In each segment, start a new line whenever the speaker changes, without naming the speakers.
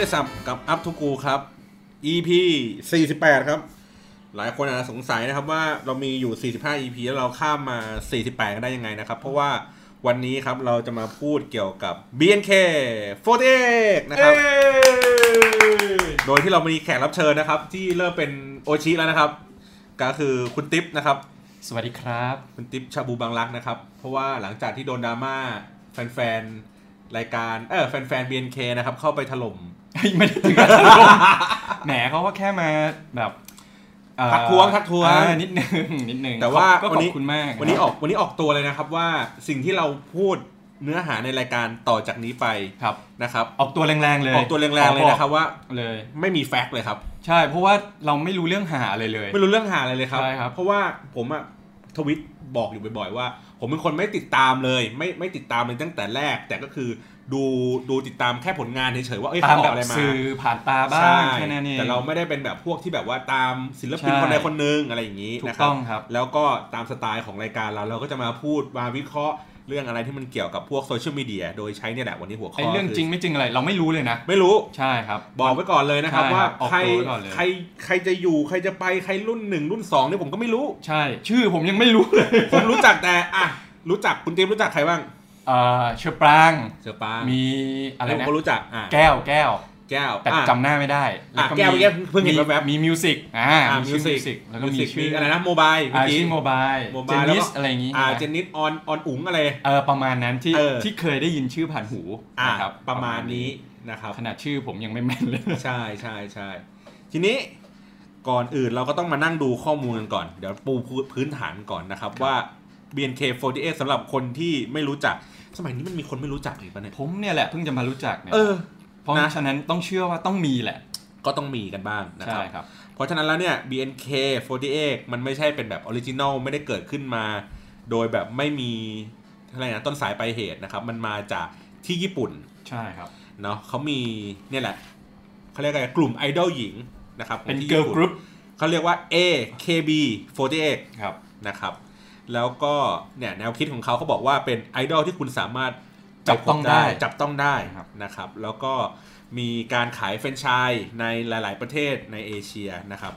ได้สับกับอัพทูกูครับ EP 48 ครับ หลายคนอาจจะสงสัยนะครับว่าเรามีอยู่ 45 EP แล้วเราข้ามมา 48 กันได้ยังไงนะครับ เพราะว่าวันนี้ครับเราจะมาพูดเกี่ยวกับ BNK 48นะครับ โดยที่เรามีแขกรับเชิญนะครับ ที่เริ่มเป็นโอชิแล้วนะครับ ก็คือคุณติ๊บนะครับ
สวัสดีครับ
คุณติ๊บชาบูบางรักนะครับ เพราะว่าหลังจากที่โดนดราม่าแฟนๆ รายการเออแฟนๆ BNK นะครับเข้าไปถล่ม
เฮ้ยไม่ได้ถึงกับลมแหมเขาก็แค่มาแบบเอ่อ
ทักท้วงทักท้วง
อ่านิดนึง นิดนึง
แต่ว่า
ก็
วั
ข
น
อ
นี้
บคุณมาก
วันนี้ออกวันนี้ออกตัวเลยนะครับว่าสิ่งที่เราพูดเนื้อหาในรายการต่อจากนี้ไป
ครับ
นะครับ
ออกตัวแรงๆเลย
ออกตัวแรงๆเลยนะครับว่า
เลย
ไม่มีแฟกต์เลยครับ
ใช่ เพราะว่าเราไม่รู้เรื่องหาอะไรเลย
ไม่รู้เรื่องหาอะไรเลยครับ
ใช่ครับ
เพราะว่าผมอะทวิตบอกอยู่บ่อยๆว่า ผมเป็นคนไม่ติดตามเลย ไม่ไม่ติดตามเลยตั้งแต่แรก แต่ก็คือดูดูติดตามแค่ผลงานเฉยๆว่าเอ้ย
ตาม
เขาอ
แบอก บ
อะไรมา
สื่อผ่านตาบ้า
ใช่
งแค่นั้นเอง
แต่เราไม่ได้เป็นแบบพวกที่แบบว่าตามศิลปิน
ใช่
คนใดคนหนึ่งอะไรอย่างนี้
ถูก
นะครั
ต้องครับ
แล้วก็ตามสไตล์ของรายการเราเราก็จะมาพูดมาวิเคราะห์เรื่องอะไรที่มันเกี่ยวกับพวกโซเชียลมีเดียโดยใช้เนี่ยแหละวันนี้หัวข้อ
ไอ้เรื่อง
คื
จริงไม่จริงอะไร เราไม่รู้เลยนะ
ไม่รู้
ใช่ครับ
บอกไว้ก่อนเลยนะครับ
ใช่
ว่า
ครับออก
ใคร
ตัวไว้ก่อนเลย
ใครใครจะอยู่ใครจะไปใครรุ่นหนึ่งรุ่นสองเนี่ยผมก็ไม่รู้
ใช่ ชื่อผมยังไม่รู้เลย
ผมรู้จักแต่อ่ะรู้จักคุณเตรียมรู้จักใครบ้าง
เอ่อเชอปราง
เสือปา
มีอะไร
ผม
นะ
ก็รู้จักอ่ะ
แก้วแก้ว
แก้ว
แต่
อ่ะ
จำหน้าไม่ได้แล้วก็
อ่ะแก้วเมื่อกี้เพิ่งเห็นแว๊บๆ
มีมิวสิกอ่า
อ่ะ
มี
มิ
ชื่
ว
อ
สิ
มิวสิก
ก
แล้วก็
มิว
มี
สิก
ชื่
มี
อ
อะ
อะไร ไร
นะโมบายเมื่อกี้
ชื่อโมบาย
โม
เจ
บาย
นิส
แล้วก็
อะไรอย่างงี้
อ่า
ใช่ไหม
เจนนิสออนออนอุ๋งอะไร
เออประมาณนั้นที่
เออ
ที่เคยได้ยินชื่อผ่านหู
อ่า
นะครับ
ประมาณนี้นะครับ
ขนาดชื่อผมยังไม่แม่นเลย
ใช่ใช่ใช่ทีนี้ก่อนอื่นเราก็ต้องมานั่งดูข้อมูลกันก่อน เดี๋ยวปูพื้นฐานก่อนนะครับว่า BNK48 สำหรับคนที่ไม่รู้จัก สมัยนี้มันมีคนไม่รู้จักอีกปะเนี่ย
ผมเนี่ยแหละเพิ่งจะมารู้จักเนี่ย
เออ
เพราะ
นะ
ฉะนั้นต้องเชื่อว่าต้องมีแหละ
ก็ต้องมีกันบ้างนะค
ใช่
รับ
ครับ
เพราะฉะนั้นแล้วเนี่ย BNK48 มันไม่ใช่เป็นแบบออริจินอลไม่ได้เกิดขึ้นมา โดยแบบไม่มีอะไรนะต้นสายปลายเหตุนะครับ มันมาจากที่ญี่ปุ่น
ใช่ครับ
เนาะเขามีเนี่ยแหละเขาเรียกอะไรกลุ่มไอดอลหญิงนะครับ
เป็น
ที่
เกิร์ล
ญี่ปุ่
กรุ๊ป
เขาเรียกว่า AKB48
ครับ
นะครับ แล้วก็เนี่ยแนวคิดของเขาเขาบอกว่าเป็นไอดอลที่คุณสามารถ
จับต้องได้
ปพบจับต้องได้
ครับ
นะครับ แล้วก็มีการขายแฟรนไชส์ในหลาย ๆ ประเทศในเอเชียนะครับ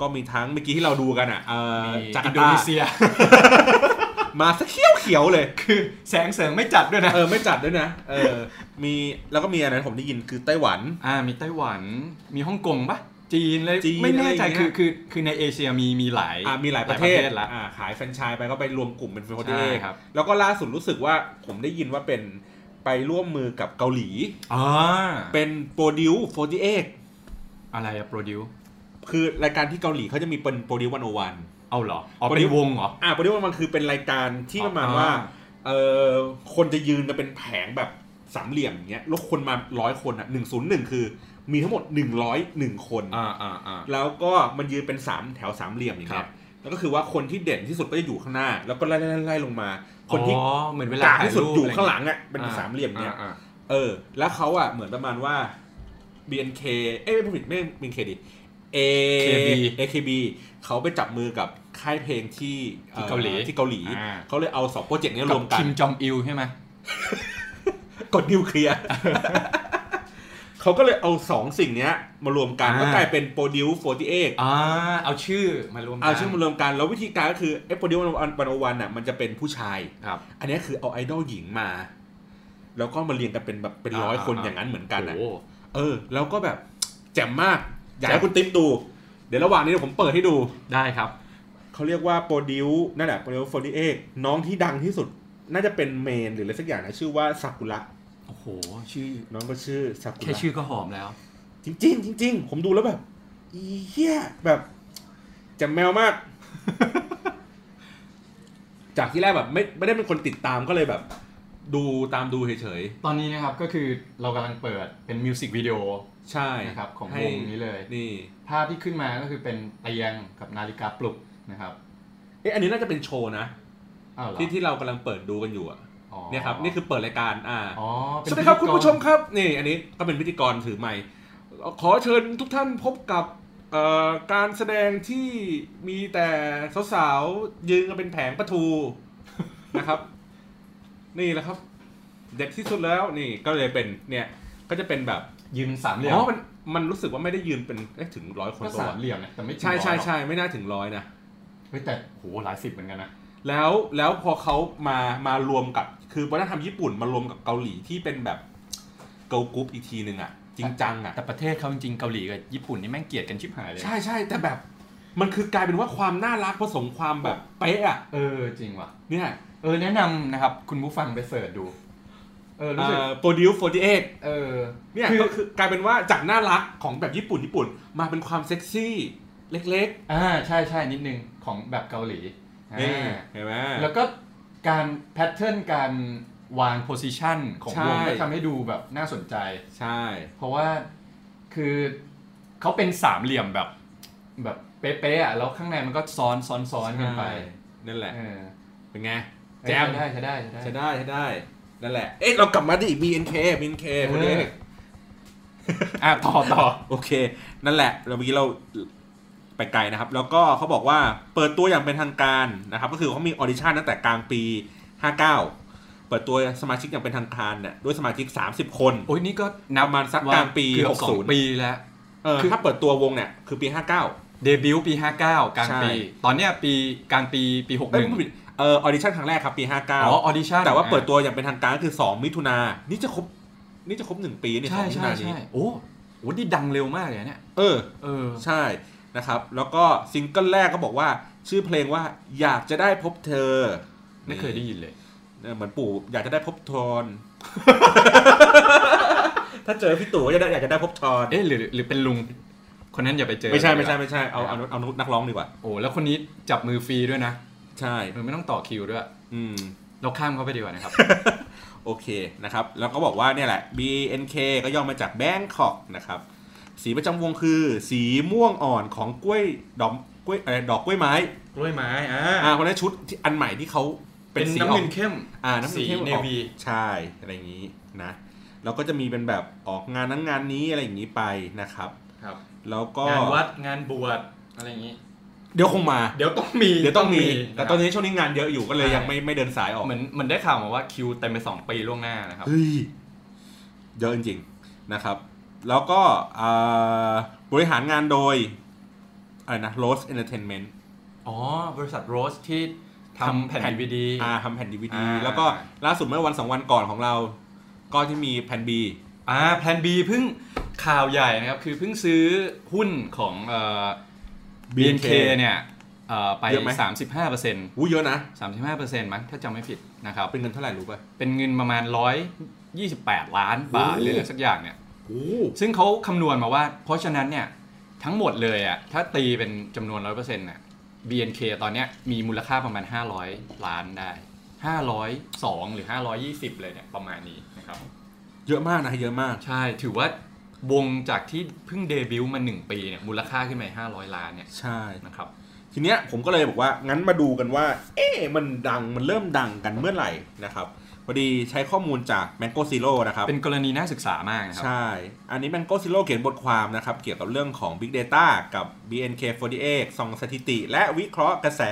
ก็มีทั้งเมื่อกี้ที่เราดูกันอ่ะเอ่อ
มี
จากา
อิน
ร์
โด
ตา
นีเซีย
มาสักเขียวเขียวๆเลย
คือแสงเสริงไม่จัดด้วยนะ
เออไม่จัดด้วยนะเออมีแล้วก็มีอะไรผมได้ยินคือไต้หวัน
อ่ามีไต้หวันมีฮ่องกงปะจีนเลย
จีน
ไม่แน่ใจ
อะไรอย่างเงี้ย
คือคือคือในเอเชียมีมีหลาย
อ่ะมีหลายประเทศ
ละ
อ่ะขายแฟรนไชส์ไปก็ไปรวมกลุ่มเป็นโฟร์
ใช่
เอ
ครับ
แล้วก็ล่าสุดรู้สึกว่าผมได้ยินว่าเป็นไปร่วมมือกับเกาหลี
อ่า
เป็นโปรดิวโฟร์เอ
อะไรอะโปรดิว
คือรายการที่เกาหลีเขาจะมีเป็นโปรดิววันโอวัน
เอาเหรออ๋อ
Produce
เป็นวงเหรอ
อ่ะโปรดิววันมันคือเป็นรายการที่ประมาณ
อ๋อ
ว่าเออคนจะยืนกันเป็นแผงแบบสามเหลี่ยมอย่างเงี้ยแล้วคนมาร้อยคนอ่ะหนึ่งศูนย์หนึ่งคือ มีทั้งหมดหนึ่งร้อยหนึ่งคน
อ่าอ่าอ่า
แล้วก็มันยืนเป็นสามแถวสามเหลี่ยมอย่าง
ค
เงี้
รั
ย
บ
แล้วก็คือว่าคนที่เด่นที่สุดก็จะอยู่ข้างหน้า แล้วก็ไล่ไล่ไล่ไล่ลงมา คนที่
อ๋อเหมือนเวลาก
ากที่สุด
ถ่รู
อยู่
ปะไร
ข้างหลังอ่ะเป็น
อ่
สามเหลี่ยมเนี่ย
อ่า
เออ แล้วเขาอ่ะเหมือนประมาณว่า BNK เอ้ยไม่ผิดไม่เป็นเคดิ A AKB เขาไปจับมือกับค่ายเพลงที่อ่อที่เกาหลี เขาเลยเอาสองโปรเจกต์เนี้ย
กั
ร
บ
วมกั
คิ
น
มจองอิลใช่ไหม
กดนิวเคลี ยร์ เขาก็เลยเอาสองสิ่งเนี้ยมารวมกันก็กลายเป็นโปรดิว48
อ่าเอาชื่อมารวมกัน
เอาชื่อมารวมกันแล้ววิธีการก็คือไอ้โปรดิววันวันอ่ะมันจะเป็นผู้ชาย
ครับ
อันนี้คือเอาไอดอลหญิงมา แล้วก็มาเรียงกันเป็นแบบเป็นร้อย
อ่า
คน
อ่า
อย่างนั้นเหมือนกันอ่ะ
โอ้
เออ แล้วก็แบบแจ่มมาก อยากให้
แจ่ม
คุณติ๊บดู เดี๋ยวระหว่างนี้เดี๋ยวผมเปิดให้ดู
ได้ครับ
เขาเรียกว่าโปรดิวนั่นแหละโปรดิวโฟร์ดีเอ็กน้องที่ดังที่สุด น่าจะเป็นเมนหรืออะไรสักอย่างนะชื่อว่าซากุระ
โอ้โห ชื่อ
น้องก็ชื่อซากุ
แค่
ระ
ชื่อก็หอมแล้ว
จริงๆจริงๆผมดูแล้วแบบอีเหี้ยแบบแจ่มแมวมาก จากที่แรกแบบไม่ไม่ได้เป็นคนติดตามก็เลยแบบ ดูตามดูเฉย
ตอนนี้นะครับก็คือเรากำลังเปิดเป็นมิวสิกวิดีโอ
ๆใช่
นะครับของ
ให้
วงนี้เลย
นี่
ภาพที่ขึ้นมาก็คือเป็นเตียงกับนาฬิกาปลุกนะครับ
เอ๊ะอันนี้น่าจะเป็นโชว์นะ
อ้าวเหรอ
ที่ที่เรากำลังเปิดดูกันอยู่อะ
อ๋อ
เนี่ยครับ นี่คือเปิดรายการอ่า
อ๋อเป็น
สวัสดีครับ
พิ
คุณ
ธีก
ผู้ชมครับ นี่ อันนี้ก็เป็นพิธีกรถือไมค์ขอเชิญทุกท่านพบกับเอ่อการแสดงที่มีแต่สาวๆ ยืนกันเป็นแผงประทู นะครับ นี่แหละครับ เด็ดที่สุดแล้วนี่ก็เลยเป็นเนี่ยก็จะเป็นแบบ
ยืนสามเหลี่ยม
อ๋อมันมันรู้สึกว่าไม่ได้ยืนเป็นเอ๊ะถึงร้อยคน
ก็
ตัว
สามเหลี่ยมนะแต่ไม่ถึง
ใช่ใช่
ร้อยหรอก
ใช่ไม่น่าถึงร้อยนะ
เฮ้ยแต่โหหลายสิบเหมือนกันนะ
แล้วแล้วพอเขามามารวมกับคือวัฒนธรรมญี่ปุ่นมารวมกับเกาหลีที่เป็นแบบเกากุ๊ปอีกทีหนึ่งอ่ะ จริงจังอ่ะ
แต่ประเทศเขาจริงๆเกาหลีกับญี่ปุ่นนี่แม่งเกลียดกันชิบหายเลย
ใช่ใช่แต่แบบ มันคือกลายเป็นว่าความน่ารักผสมความแบบเป๊ะอ่ะ
เออจริงว่ะ
เนี่ย
เออแนะนำนะครับ คุณผู้ฟังไปเสิร์ชดู เออรู้สึก
โปรดิวโฟร์ีเอ็
เออ
เนี่ย
คือ
ก็คือกลายเป็นว่าจากน่ารักของแบบญี่ปุ่นญี่ปุ่นมาเป็นความเซ็กซี่เล็ก
อ่าใช่ใช่นิดนึงของแบบเกาหลี
ๆนี่
อ่า
เห็นไหม
แล้วก็การแพทเทิร์นการวางโพซิชันของวง
ใช่
ก็ทำให้ดูแบบน่าสนใจ
ใช่
เพราะว่าคือเขาเป็นสามเหลี่ยมแบบ แบบเป๊ะๆอ่ะแล้วข้างในมันก็ซ้อนซ้อนซ้อนกันไป
นั่นแหละ
เออ
เป็นไง
เอ้ย
แจม
ใช้ได้ใช้ได้ใช้ได้
ใช่ได้ใช่ได้ นั่นแหละ เอ๊ะ เรากลับมาที่ BNK BNK คนนี้
เออ อ่ะต่อต่อ
โอเค นั่นแหละ เราเมื่อกี้เราไปไกลนะครับ แล้วก็เขาบอกว่าเปิดตัวอย่างเป็นทางการนะครับ ก็คือเขามีออดิชั่นตั้งแต่กลางปี 59 เปิดตัวสมาชิกอย่างเป็นทางการเนี่ยด้วยสมาชิก 30 คน
โอ้ยนี่ก็
ประมาณสักกลางปี
เกือบสอง
60
ปีแล้ว
เออ
คือ
ถ้าเปิดตัววงเนี่ย คือปี 59
เดบิวต์ปี 59 กลางปี
ใช่
ตอนเนี้ยปีกลางปีปี 61
เอ้ยไม่ผิดเออออดิชั่นครั้งแรกครับปี
อ๋อออดิชั่น
59 แต่ว่าเปิดตัวอย่างเป็นทางการก็คือ 2 มิถุนายนนี่จะครบนี่จะครบหนึ่งปีนี่ส
ใช่
องมิถุ
ใช่
นายนนี้
ใช่โอ้โหนี่ดังเร็วมากเลยเนี่ย
เออ
เออ
ใช่นะครับ แล้วก็ซิงเกิลแรกก็บอกว่าชื่อเพลงว่าอยากจะได้พบเธอ
ไม่เคยได้ยินเลย
เออเหมือนปู่อยากจะได้พบทอน ถ้าเจอพี่ตู่ก็จะได้อยากจะได้พบทอน
เอ๊ะหรือหรือเป็นลุง คนนั้นอย่าไปเจอ
ไม่ใช่ไม่ใช่ไม่ใช่เอาเอาเอานักร้องดีกว่า
โอ้แล้วคนนี้จับมือฟรีด้วยนะ
ใช่
เออไม่ต้องต่อคิวด้วย
อืม
เราข้ามเขาไปดีกว่านะครับ
โอเคนะครับ แล้วก็บอกว่าเนี่ยแหละ BNK ก็ย่อมาจากแบงคอกนะครับ สีประจำวงคือสีม่วงอ่อนของกล้วยดอกกล้วยเอ่อดอกกล้วยไม้
กล้วยไม้อ่า
อ่าเพราะฉะนั้นชุดที่อันใหม่ที่เขาเป็
เป็น น
สีอ
น้ำ
อ
เงิ
ก
นเข้ม
อ่าน้ำสี
สี
เน
navy
วีใช่อะไรอย่างนี้นะแล้วก็จะมีเป็นแบบออกงานนั้นงานนี้อะไรอย่างนี้ไปนะครับ
ครับ
แล้วก็
งานวัดงานบวชอะไรอย่างนี้
เดี๋ยวคงมา
เดี๋ยวต้องมี
เดี๋ยวต้องมี แต่ตอน
นะครับ
นี้ช่วงนี้งานเยอะอยู่ก็เลย
ใช่
ยังไม่ไม่เดินสายออก
เหมือนเหมือนได้ข่าวมาว่าคิวเต็มไปสองปีล่วงหน้านะครับ
เฮ้ยเยอะจริงๆนะครับ แล้วก็อ่าบริหารงานโดยอะไรนะ Rose Entertainment
อ๋อ บริษัทโรสที่ทำแผ่น DVD
อ่าทำแผ่นดีวดี
อ่า
แล้วก็ล่าสุดเมื่อวันสองวันก่อนของเรา ก็ที่มีแผ่น B
อ่าแพลน B เพิ่งข่าวใหญ่นะครับ คือเพิ่งซื้อหุ้นของเอ่อ BNK เนี่ยเอ่อไป
เยอะไหม
35เปอร์เซ็นต์
อู้เยอะนะ
35เปอร์เซ็นต์มั้งถ้าจำไม่ผิดนะครับ
เป็นเงินเท่าไหร่รู้ป่ะ
เป็นเงินประมาณ 128 ล้านบาท
โอ้
หรืออะไรสักอย่างเนี่ย
โอ้
ซึ่งเขาคำนวณมาว่า เพราะฉะนั้นเนี่ย ทั้งหมดเลยอ่ะถ้าตีเป็นจำนวน 100%เนี่ย BNK ตอนเนี้ยมีมูลค่าประมาณ 500 ล้านได้ 502 หรือ 520 เลยเนี่ยประมาณนี้นะครับ
เยอะมากนะเยอะมาก
ใช่ ถือว่าวงจากที่เพิ่งเดบิวต์มา 1 ปีเนี่ยมูลค่าขึ้นไป500 ล้านเนี่ย
ใช่
นะครับ
ทีเนี้ยผมก็เลยบอกว่างั้นมาดูกันว่า เอ๊ะมันดังมันเริ่มดังกันเมื่อไหร่นะครับพอดีใช้ข้อมูลจาก Mango Zero นะครับ
เป็นกรณีน่าศึกษามากนะครับ
ใช่ อันนี้ Mango Zero เขียนบทความนะครับ เกี่ยวกับเรื่องของ Big Data กับ BNK48 ส่องสถิติ และวิเคราะห์กระแส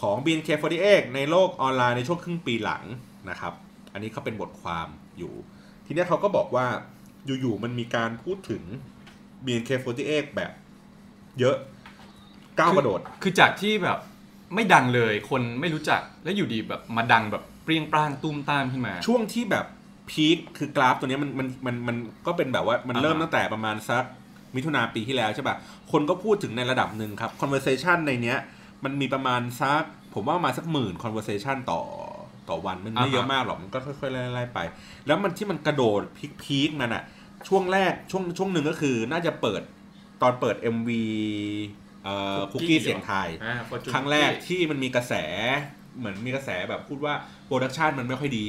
ของ BNK48 ในโลกออนไลน์ในช่วงครึ่งปีหลังนะครับ อันนี้เขาเป็นบทความอยู่ ทีเนี้ยเขาก็บอกว่าอยู่ๆมันมีการพูดถึง BNK48 แบบเยอะก้าวกระโดด
คือจากที่แบบไม่ดังเลยคนไม่รู้จักแล้วอยู่ดีแบบมาดังแบบเปรี้ยงปร้างตุ้มต้ามขึ้นมา
ช่วงที่แบบพีคคือกราฟตัวเนี้ยมันมันมันมันก็เป็นแบบว่ามัน
อ่าฮะ
เริ่มตั้งแต่ประมาณสักมิถุนาปีที่แล้วใช่ป่ะ คนก็พูดถึงในระดับหนึ่งครับ conversation ในเนี้ย มันมีประมาณสักผมว่ามาสักหมื่น conversation ต่อต่อวันมันไม่เยอะมากหรอก มันก็ค่อยๆไล่ๆไป แล้วมันที่มันกระโดดพีคๆมันอะช่วงแรกช่วงช่วงหนึ่งก็คือน่าจะเปิดตอนเปิด MV เอ่อคุกกี้เสียงไทย
อ่า Fortune
ครั้งแรกที่มันมีกระแสเหมือนมีกระแสแบบพูดว่าโปรดักชันมันไม่ค่อยดี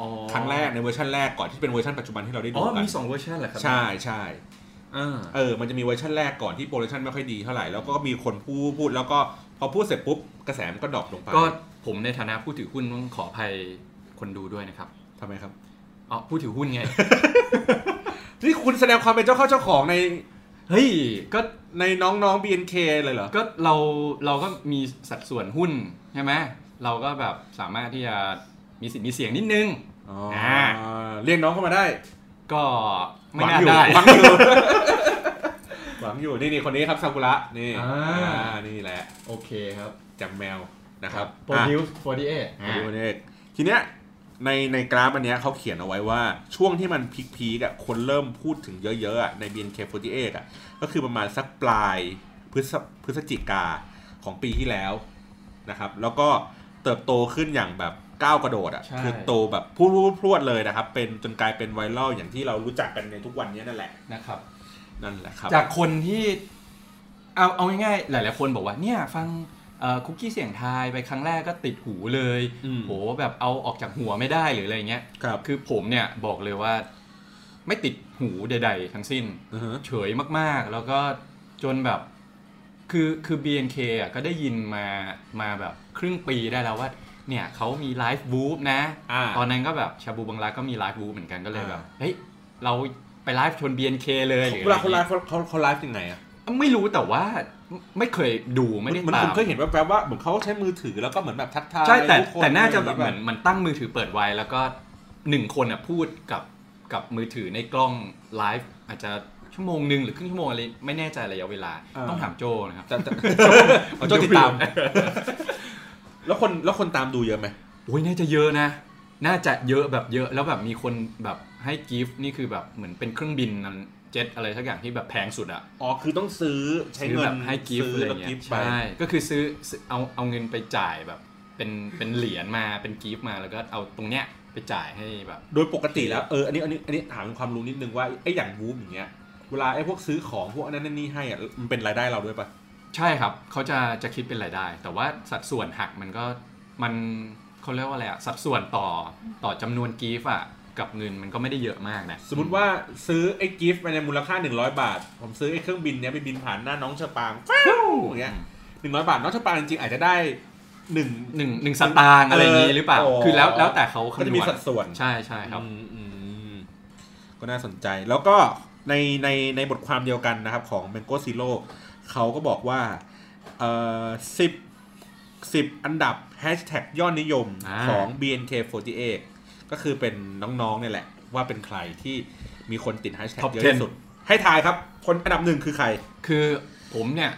อ๋อ
ครั้งแรกในเวอร์ชันแรกก่อนที่เป็นเวอร์ชันปัจจุบันที่เราได้
อ๋
ดู
อ
กั
มี
น
สองเวอร์ชันเหรอครั
ใช่ใช่
อ่า
เออมันจะมีเวอร์ชันแรกก่อนที่โปรดักชันไม่ค่อยดีเท่าไหร่แล้วก็มีคนพูดพูดแล้วก็พอพูดเสร็จปุ๊บกระแสมันก็ดรอปลงไป
ก็ผมในฐานะผู้ถือหุ้นต้องขออภัยคนดูด้วยนะครับ
ทำไมครับ
อ๋อผู้ถือหุ้นไง
นี่คุณแสดงความเป็นเจ้าเข้าเจ้าของใน
เฮ้ยก็
ในน้องๆ BNK เลยเหรอ
ก็เราเราก็มีสัดส่วนหุ้นใช่ไหมเราก็แบบสามารถที่จะมีสิทธิ์มีเสียงนิดนึง
อ๋ออ่าเรียกน้องเข้ามาได้
ก็ไม่
หวัง
น่า
อยู่
ได้
หวังอยู่ หวังอยู่นี่นี่คนนี้ครับซากุระนี่
อ่า
อ่านี่แหละ
โอเคครับ
จากแมวนะครับ
โปร
อ่ะ
ดิวส์48
มา
อ่า
ดูกันเองทีเนี้ยในในกราฟอันเนี้ยเขาเขียนเอาไว้ว่าช่วงที่มันพีคพีกๆอ่ะคนเริ่มพูดถึงเยอะๆอ่ะใน BNK48 อ่ะก็คือประมาณสักปลายพฤศพฤศจิกาของปีที่แล้วนะครับ แล้วก็เติบโตขึ้นอย่างแบบก้าวกระโดดอ่ะ
ใช่
คือโตแบบพรวดๆพรวดๆเลยนะครับ เป็นจนกลายเป็นไวรัลอย่างที่เรารู้จักกันในทุกวันเนี้ยนั่นแหละ
นะครับ
นั่นแหละครับ
จากคนที่เอาเอาง่ายๆหลายๆคนบอกว่าเนี่ยฟังเอ่อคุกกี้เสียงทายไปครั้งแรกก็ติดหูเลย
อืม
โหแบบเอาออกจากหัวไม่ได้หรืออะไรเงี้ย
ครับ
คือผมเนี่ยบอกเลยว่า ไม่ติดหูใด ๆ ทั้งสิ้น
อือฮึ
เฉยมากๆ แล้วก็จนแบบคือคือ BNK อ่ะก็ได้ยินมามาแบบครึ่งปีได้แล้วว่า เนี่ยเขามีไลฟ์บู๊นะ
อ่า
ตอนนั้นก็แบบชาบูบังลาก็มีไลฟ์บู๊เหมือนกันก็เลย
อ่า
แบบเฮ้ยเราไปไลฟ์ชน BNK เลยหรือ
เวลาเขา
อะไร
ไล
เงี้ย
ฟ์เขาเขาเขาไลฟ์ยังไงอ่ะ
ไม่รู้แต่ว่าไม่เคยดูไม่ได้
มัน
ตา
ผม
ม
เคยเห็นแวบๆว่าเหมือนเขาใช้มือถือแล้วก็เหมือนแบบทักทาย
ใช่แต่
ทุกค
แต่น่าจะแบบ
ะไร
เห
ย่ง
มือ
งี้
น
ย
มันตั้งมือถือเปิดไว้แล้วก็หนึ่งคนอ่ะพูดกับกับมือถือในกล้องไลฟ์อาจจะชั่วโมงหนึ่งหรือครึ่งชั่วโมงอะไรไม่แน่ใจระยะเวลา
อ่า
ต้องถามโจนะครับ
แต่แต่ ผมจะติดตาม แล้วคนแล้วคนตามดูเยอะไหม
โอ้ยน่าจะเยอะนะ น่าจะเยอะแบบเยอะแล้วแบบมีคนแบบให้กิฟต์นี่คือแบบเหมือนเป็นเครื่องบินนั่นเจ็ตอะไรสักอย่างที่แบบแพงสุดอ่ะ
อ๋อ คือต้องซื้อใช้
ซื้อ
เงิ
แบ
น
บให้กิฟต์
ซื้
อะไร
แล้ว
เงี้
กิ
ย
ฟต์ไป
ใช่ก็คือซื้อซื้อเอาเอาเงินไปจ่ายแบบ เป็นเป็นเหรียญมาเป็นกิฟต์มาแล้วก็เอาตรงเนี้ยไปจ่ายให้แบบ
โดยปกติแล้วเอออันนี้อันนี้อันนี้ถามเป็นความรู้นิดนึงว่าไอ้อย่างวูมอย่างเงี้ยเวลาไอ้พวกซื้อของพวกอันนั้นอันนี่ให้อ่ะมันเป็นรายได้เราด้วยปะ
ใช่ครับเขาจะจะคิดเป็นรายได้ แต่ว่าสัดส่วนหักมันก็มันเขาเรียกว่าอะไรอะสัดส่วนต่อต่อจำนวนกิฟต์อะกับเงินมันก็ไม่ได้เยอะมากนะ
สมมติว่าซื้อไอ้กิฟต์มาในมูลค่า 100 บาท ผมซื้อไอ้เครื่องบินเนี้ยไปบินผ่านหน้าน้องเชอปางฟิวอย่างเงี้ยหนึ่งร้อยบาทน้องเชอปางจริงๆอาจจะได้หนึ่ง
หนึ่งหนึ่งสตางค์อะไรอย่างนี้หรือเปล่า
เออ
คือแล้วแล้วแต่เขา
ก็
คำ
จะ
น
มี
วณ
สัดส่วน
ใช่ใช่ครับ
อืมอืมก็น่าสนใจแล้วก็ในในในบทความเดียวกันนะครับของ Mango Zero เขาก็บอกว่าเอ่อสิบสิบอันดับแฮชแท็กยอดนิยม
อ่า
ของ BNK48 ก็คือเป็นน้องๆเนี่ยแหละ ว่าเป็นใครที่มีคนติดแฮชแท็กเยอะที่สุด ให้ทายครับ คนอันดับหนึ่งคือใคร
คือผมเนี่ย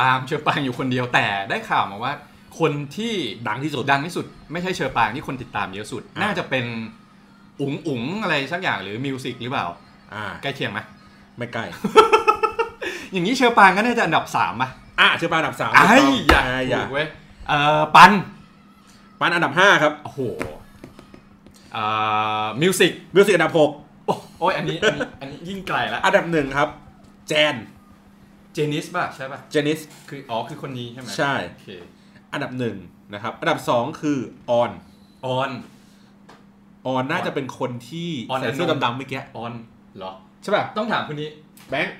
ตามเชอปางอยู่คนเดียวแต่ได้ข่าวมาว่า คนที่
ดังที่สุด
ดังที่สุด ไม่ใช่เชอปางที่คนติดตามเยอะสุด
อ่า
น่าจะเป็นอุ๋งอุ๋งอะไรสักอย่างหรือมิวสิกหรือเปล่า
อ่า
ใกล้เคียงไหม
ไม่ใกล้
อย่างนี้เชอปางก็น่าจะอันดับ3ามป่ะ
อ่ะเชื่อปาอันดับสาม
ไอ้
ถูกต้
อย่าง
อ่ะอ
ถู
ย่าก
เว้ยเอ่อปัน
ปานอันดับห้าครับ
โอ้โหเอ่อมิวสิก
มิวสิกอันดับหก
โอ้ยอันนี้อันนี้อันนี้ยิ่งไกลละ
อันดับหนึ่งครับแจน
เจนิสป่ะใช่ป่ะ
เจนิส
คืออ๋อคือคนนี้ใช่ไหม
ใช่
โอเค
อันดับหนึ่งนะครับ อันดับสองคือออน
ออน
ออนน่า
ออน
จะเป็นคนที่
ออน
ใส่เสื้อ
อนอน
ดำๆเมื่อกี้
ออนเหรอ
ใช่ป่ะ
ต้องถามคนนี้
แบงค์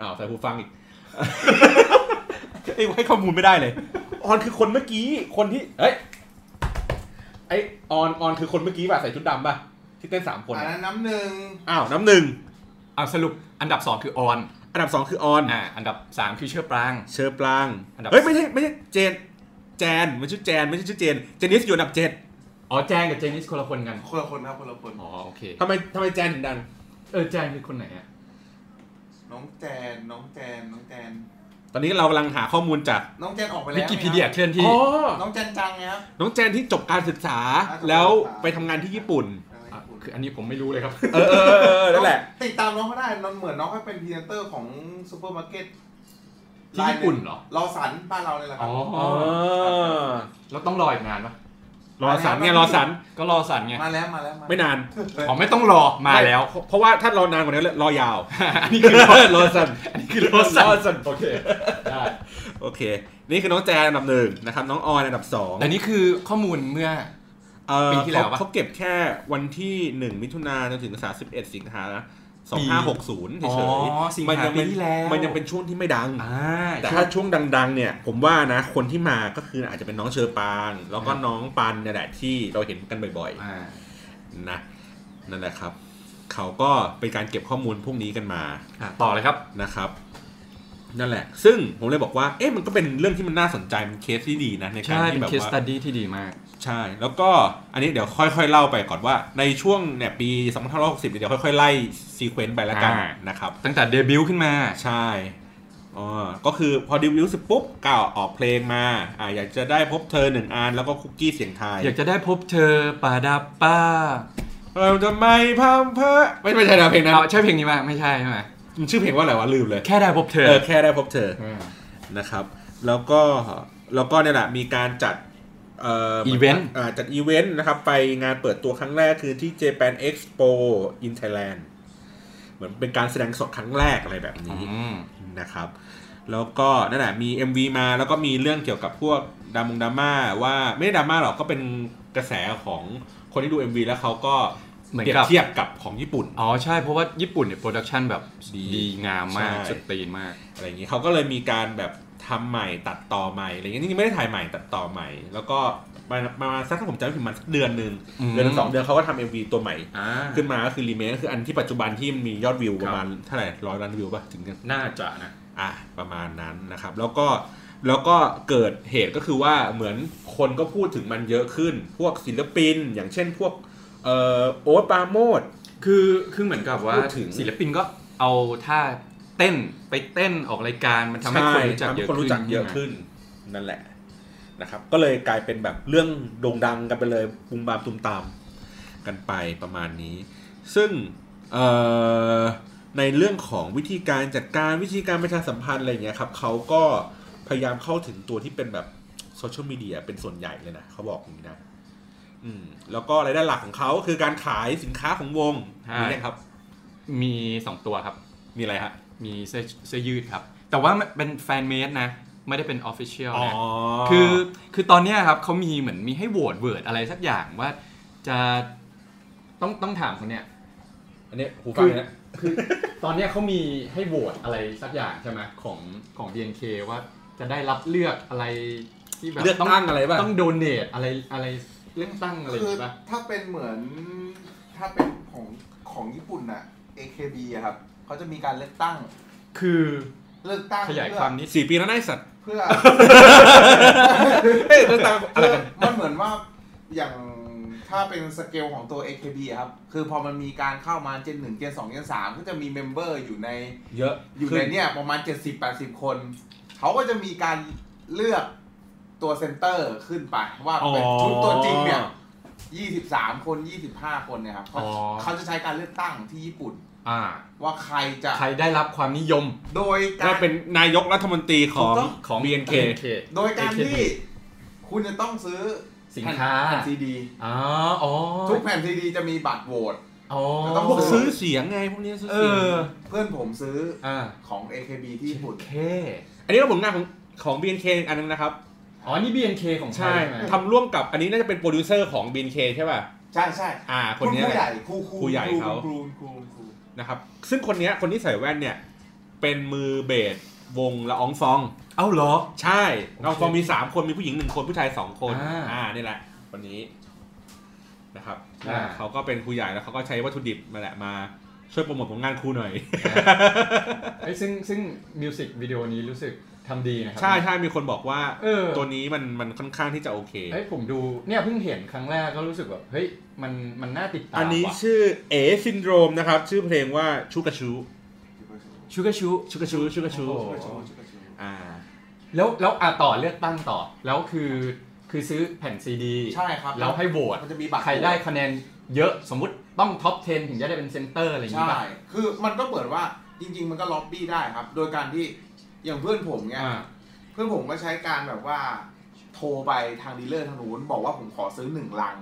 อ้าวใส่หูฟังอี ก ไอ้ยให้ข้อมูลไม่ได้เลย ออนคือคนเมื่อกี้ คนที่ เฮ้ย ไอออนออนคือคนเมื่อกี้ป่ะ ใส่ชุดดำป่ะ ที่เต้นสามคน
อัน
อะ
นั้นน้ำหนึ่ง
อ้าวน้ำหนึ่ง
อ่ะสรุปอันดับ 2 คือออน
อันดับสองคือออน
อ่าอันดับ 3 คือเชื่อปราง
เชอปราง
อันดับ
เฮ้ยไม่ใช่ไม่ใช่เจน แจนมันชื่อแจนไม่ใช่ชื่อเจน เจนิสอยู่อันดับเจ็ด
อ๋อแจงกับเจนิสคนละคนกัน
คนละคนครับคนละคน
อ๋อโอเค
ทำไมทำไมแจนถึงดัง
เออแจงคือคนไหนอ่ะ
น้องแจน น้องแจน น้องแจน ต
ตอนนี้เรากำลังหาข้อมูลจาก
น้องแจนออกไปแล้ว
วิ
ไงครับ
กิพีเดียเคลื่อนที่
อ๋อ
น้องแจนจังไงครับ
น้องแจนที่จบการศึกษา
อ่าจบการศึกษา
แล้วไปทำงานที่ญี่ปุ่น
อ่ะคืออันนี้ผมไม่รู้เลยครับ
เออเออเออนั่นแหละ
ติดตามน้องเขาได้น้องเหมือนน้องเขาเป็นพรีเซนเตอร์ของซูเปอร์มาร์เก็ต
ที่ญี่ปุ่นเหรอ
รอสันบ้านเราเลยแหละครั
อ๋อ
อ๋อ
แล้วต้องรออีกนานปะ
รอสันไงรอสัน
ก็รอสันไง
มาแล้วมาแล้วมา
ไม่นาน
อ๋อไม่ต้องรอมาแล้ว
ไม่เพราะว่าถ้ารอนานกว่านี้แล้วรอยาว
อันนี้คือรอ
รอสัน
อันนี้คือรอสัน
รอสัน
โอเคได้
โอเค นี่คือน้องแจนอันดับหนึ่งนะครับ น้องออนอันดับสอง
แต่นี่คือข้อมูลเมื่อ
เอ่อ
ปีที่แล้วปะ
เขาเขาเก็บแค่วันที่หนึ่งมิถุนาจนถึงสาสิบเอ็ดสิงหาสอง
ปี
ห้าหกศูนย์เฉ
อ๋
ย
อสิง
ๆ
หามั
ยัเป็น
ปีที่แล้ว
มันยังเป็นช่วงที่ไม่ดัง
อ่า
แต่ถ้าช่วงดัง ๆ เนี่ย ผมว่านะ คนที่มาก็คืออาจจะเป็นน้องเชอปาง แล้วก็น้องปันเนี่ยแหละที่เราเห็นกันบ่อย
อ่า
ๆนะนั่นแหละครับ เขาก็เป็นการเก็บข้อมูลพวกนี้กันมา
อ่ะต่อเลยครับ
นะครับ นั่นแหละ ซึ่งผมเลยบอกว่า เอ๊ะมันก็เป็นเรื่องที่มันน่าสนใจมันเคสที่ดีนะในการ
ใช่
ที่
เป็น
แบบ
เคส
ว่า
ตัดดี้ที่ดีมาก
ใช่ แล้วก็อันนี้เดี๋ยวค่อยๆ เล่าไปก่อนว่าในช่วงเนี่ยปี 2560 เดี๋ยวค่อยๆ ไล่ซีเควนต์ไปแล้วกัน
อ่า
นะครับ
ตั้งแต่เดบิวต์ขึ้นมา
ใช่อ๋อก็คือพอดิวลิวสิปุ๊บก่าวออกเพลงมาอ่าอยากจะได้พบเธอหนึ่งอันแล้วก็คุกกี้เสียงไทาย
อยากจะได้พบเธอปาดาป้า
เราจะไม่พัมเพอไม่ไม่ใช่นะเพลงนะ
เอาใช่เพลงนี้ไหมไม่ใช่ใช่ไหม
มันชื่อเพลงว่าอะไรวะลืมเลย
แค่ได้พบเธอ
เออแค่ได้พบเธอ
เออ
นะครับ แล้วก็แล้วก็เนี่ยแหละมีการจัดเอ่อ
อีเวนต์
อ่าจัดอีเวนต์นะครับ ไปงานเปิดตัวครั้งแรกคือที่ Japan Expo in Thailand เหมือนเป็นการแสดงสดครั้งแรกอะไรแบบ
อ
นี้
อืม
นะครับแล้วก็นั่นแหละมี MV มาแล้วก็มีเรื่องเกี่ยวกับพวกดรามงดราม่าว่าไม่ได้ดราม่าหรอกก็เป็นกระแสของคนที่ดู MV แล้วเขาก็
เหมือน
เปรีย
กับ
บเทียบกับของญี่ปุ่น
อ๋อใช่เพราะว่าญี่ปุ่นเนี่ยโปรดักชันแบบ
ดี
ดีงามมาก
ใช่
สดตีนมาก
อะไรอย่างนี้เขาก็เลยมีการแบบทำใหม่ตัดต่อใหม่อะไรอย่างนี้นี่ไม่ได้ถ่ายใหม่ตัดต่อใหม่ แล้วก็มามาสักถ้าผมจำไม่ผิดมันสักเดือนหนึ่ง
อืม
เดือนหนึ่งสองเดือนเขาก็ทำ MV ตัวใหม่
อ่า
ขึ้นมาก็คือรีเมคก็คืออันที่ปัจจุบันที่มันมียอดวิว
ค
ป
รับ
ระมาณเท่าไหร่ร้อยล้านวิวป่ะถึงจะ
น่าจะนะ
อ่ะประมาณนั้นนะครับ แล้วก็แล้วก็เกิดเหตุก็คือว่าเหมือนคนก็พูดถึงมันเยอะขึ้น พวกศิลปิน อย่างเช่นพวกเอ่อโอ๊ตปราโมด
คือคือเหมือนกับว่า
พูดถึง
ศิลปินก็เอาท่าเต้นไปเต้นออกรายการมันทำให้คนรู้จัก
ทำให้
เยอะ
คนรู้จักเยอะ
ใช่ไหม
ขึ้นนั่นแหละนะครับ ก็เลยกลายเป็นแบบเรื่องโด่งดังกันไปเลยบุมบามตุมตามกันไปประมาณนี้ ซึ่งเอ่อในเรื่องของวิธีการจัดการวิธีการประชาสัมพันธ์อะไรอย่างเงี้ยครับเขาก็พยายามเข้าถึงตัวที่เป็นแบบโซเชียลมีเดียเป็นส่วนใหญ่เลยนะเขาบอกอย่างนี้นะอืมแล้วก็รายได้หลักของเขาคือการขายสินค้าของวง
ใช่
มีนะครับ
มีสองตัวครับ
มีอะไรฮะ
มีเสื้อเสื้อยืดครับ แต่ว่ามันเป็นแฟนเมดนะ ไม่ได้เป็นออฟฟิเชียล
อ๋อ
นะคือคือตอนเนี้ยครับเขามีเหมือนมีให้โหวตเวิร์ดอะไรสักอย่างว่าจะต้องต้องถามคนเนี้ย
อันนี้หูฟังนะ
คือตอนเนี้ยเขามีให้โหวตอะไรสักอย่างใช่ไหมของของ BNK ว่าจะได้รับเลือกอะไรที่แบบ
เลือกตั้งอะไรป่ะ
ต้องโดเนทอะไรอะไรเลือกตั้งอะไรอย่าง
คือ
งี้ป่ะ
ถ้าเป็นเหมือนถ้าเป็นของของญี่ปุ่นน่ะ AKB อะครับเขาจะมีการเลือกตั้ง
คือ
เลือกตั้ง
ขยาย
เพื่
ค
อ
วามนิด
สี่ปีแล้วนะไอ้สัตว์
เพื่อ
เฮ้ยเรื่องตาม
เพื่อมันเหมือนว่าอย่างถ้าเป็นสเกลของตัว AKB อะครับ คือพอมันมีการเข้ามาเจนหนึ่งเจนสองเจนสามก็จะมีเมมเบอร์อยู่ใน
เยอะ
อยู่ในเนี่ยประมาณ 70-80 คน เขาก็จะมีการเลือกตัวเซนเตอร์ขึ้นไปว่าเป็นชุดตัวจริงเนี่ย 23 คน 25 คนเนี่ยครับเขา
อ๋อ
เขาจะใช้การเลือกตั้งที่ญี่ปุ่น
อ่า
ว่าใครจะ
ใครได้รับความนิยม
โดยกา
ได้
ร
เป็นนายกรัฐมนตรีของ
ถูกต้อง
ของ BNK
โดยการ
AKB
ที่คุณจะต้องซื้อ
สินค้า
แผ่นซีดี
อ๋ออ๋อ
ทุกแผ่นซีดีจะมีบัตรโหวต
อ๋อ
แต่ต้อง
พวกซื้อเสียงไงพวกนี้ซื้อ
เอ
เสียง
อ
เพื่อนผมซื้อ
อ่า
ของ AKB ที่ญี่ปุ่น
เค
อันนี้ก็ผลงานของของ BNK อันนึงนะครับ
อ๋อนี่ BNK ของไทย
ใช่
ไหม
ทำร่วมกับอันนี้น่าจะเป็นโปรดิวเซอร์ของ BNK ใช่ป่ะ
ใช่ใช่
อ่า คนเนี้ย
ผู้
แห
ให
ละ
ญ่ครูครู
ผู้ใหญ่เขา
ครูครูครู
นะครับ ซึ่งคนเนี้ยคนที่ใส่แว่นเนี่ย เป็นมือเบสวงละอองฟอง
เอ้าเหรอ
ใช่ละอองฟองมี 3 คนมีผู้หญิง 1 คนผู้ชาย 2 คน
อ่า
อ่านี่แหละคนนี้นะครับ
อ่า
เขาก็เป็นครูใหญ่แล้วเขาก็ใช้วัตถุดิบมาแหละมาช่วยโปรโมทผลงานครูหน่อย
เอ้ยซึ่งซึ่งมิวสิกวิดีโอนี้รู้สึกทำดีนะครั
ใช่ใช่มีคนบอกว่า
เออ
ตัวนี้มันมันค่อนข้างที่จะโอเค
เอ้ยผมดูเนี่ยเพิ่งเห็นครั้งแรกก็รู้สึกแบบเฮ้ยมันมันน่าติดตาม
อันนี้ชื่อเอซินโดรมนะครับ ชื่อเพลงว่าชูกระชู
ชูกาชู
ชูกระชูชูกระชู
โอ้โห
อ่า
แล้วแล้วอ่ะต่อเลือกตั้งต่อ แล้วคือคือซื้อแผ่นซีดี
ใช่ครับ
แล้วให้โหวต
มันจะมีบัตร
ใครได้คะแนนเยอะสมมุติต้องท็อป 10 ถึงจะได้เป็นเซนเตอร์อะไรอย่างงี้
ใช่
ป่ะ
คือมันก็เหมือนว่าจริง ๆ มันก็ล็อบบี้ได้ครับ โดยการที่อย่างเพื่อนผมเนี่ย
อ่า
เพื่อนผมก็ใช้การแบบว่า โทรไปทางดีลเลอร์ทางนู้นบอกว่าผมขอซื้อหนึ่งลัง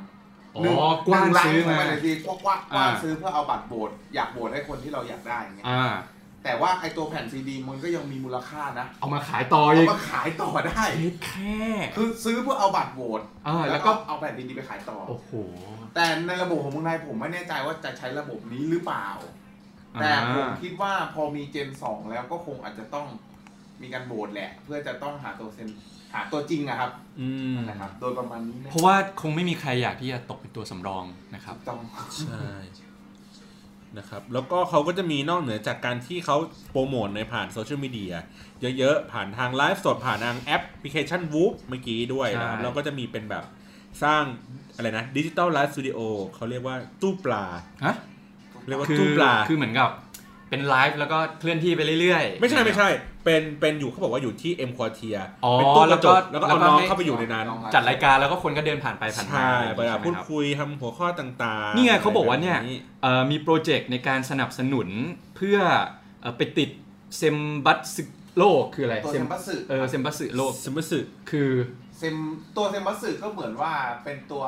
อ๋
หนึ่ง
อกว้านซื้อ
หนึ่งลัง
มา
ทำไเลยดีกว้างกว้างกว้าง
อ่า
ซื้อเพื่อเอาบัตรโหวตอยากโหวตให้คนที่เราอยากได้อย่างเงี้ย
อ่า
แต่ว่าไอตัวแผ่นซีดีมันก็ยังมีมูลค่านะ
เอามาขายต่อ
เอา
อีก
มาขายต่อได้
เฮ้ยแค่
คือซื้อเพื่อเอาบัตรโหวต
อ่า
แล้
แล้ว ว
ก็
ก็
เอาแผ่นดินดีไปขายต่อ
โอ้โห
แต่ในระบบของเมืองไทยผมไม่แน่ใจว่าจะใช้ระบบนี้หรือเปล่า แต่ผม
อ่า
คิดว่าพอมีเจน 2 แล้วก็คงอาจจะต้องมีการโหวตแหละ เพื่อจะต้องหาตัวเซนหาตัวจริงอะครับ
อืม
นะครับ โดยประมาณนี้นะ
เพราะว่าคงไม่มีใครอยากที่จะตกเป็นตัวสำรองนะครับ
ต้อง
ใช่ นะครับ แล้วก็เขาก็จะมีนอกเหนือจากการที่เขาโปรโมทในผ่านโซเชียลมีเดียเยอะๆ ผ่านทางไลฟ์สดผ่านทางแอปพลิเคชัน Whoop เมื่อกี้ด้วยนะครับ
ใช่
แล้วก็จะมีเป็นแบบสร้างอะไรนะดิจิตอลไลฟ์สตูดิโอเขาเรียกว่าตู้ปลา
ฮะ
เรียกว่า
คือ
ตู้ปลา
คือเหมือนกับเป็นไลฟ์แล้วก็เคลื่อนที่ไปเรื่อยๆ
ไม่ใช่ไม่ใช่ เป็นเป็นอยู่เขาบอกว่าอยู่ที่เอ็มควอเทีย
อ๋อ
เป็นตู้กระจก
แล้
แล้ว
วก็
ก็เอา
แล้วก็
น้อง
ให้
เข้าไปอยู่ในนั้น
จัดรายการแล้วก็คนก็เดินผ่านไปผ่านมา
ใช่
อะไรอย่าง
ไป
งี้
อ่ะ
ใช่ไหม
พูด
ครับ
คุยทำหัวข้อต่างๆ
นี่ไงเขาบอกว่าเนี่ย
ะไรแบบ
เอ่อมีโปรเจกต์ในการสนับสนุนเพื่อเอ่อไปติดเซมบัตสึโลกคืออะไร
ตัว
เซ
เซ
ม
มบัสสึ
เออเซมบัตสึโลก
สมมติสึ
คือ
เซมตัวเซมบัสสึก็เหมือนว่าเป็นตัว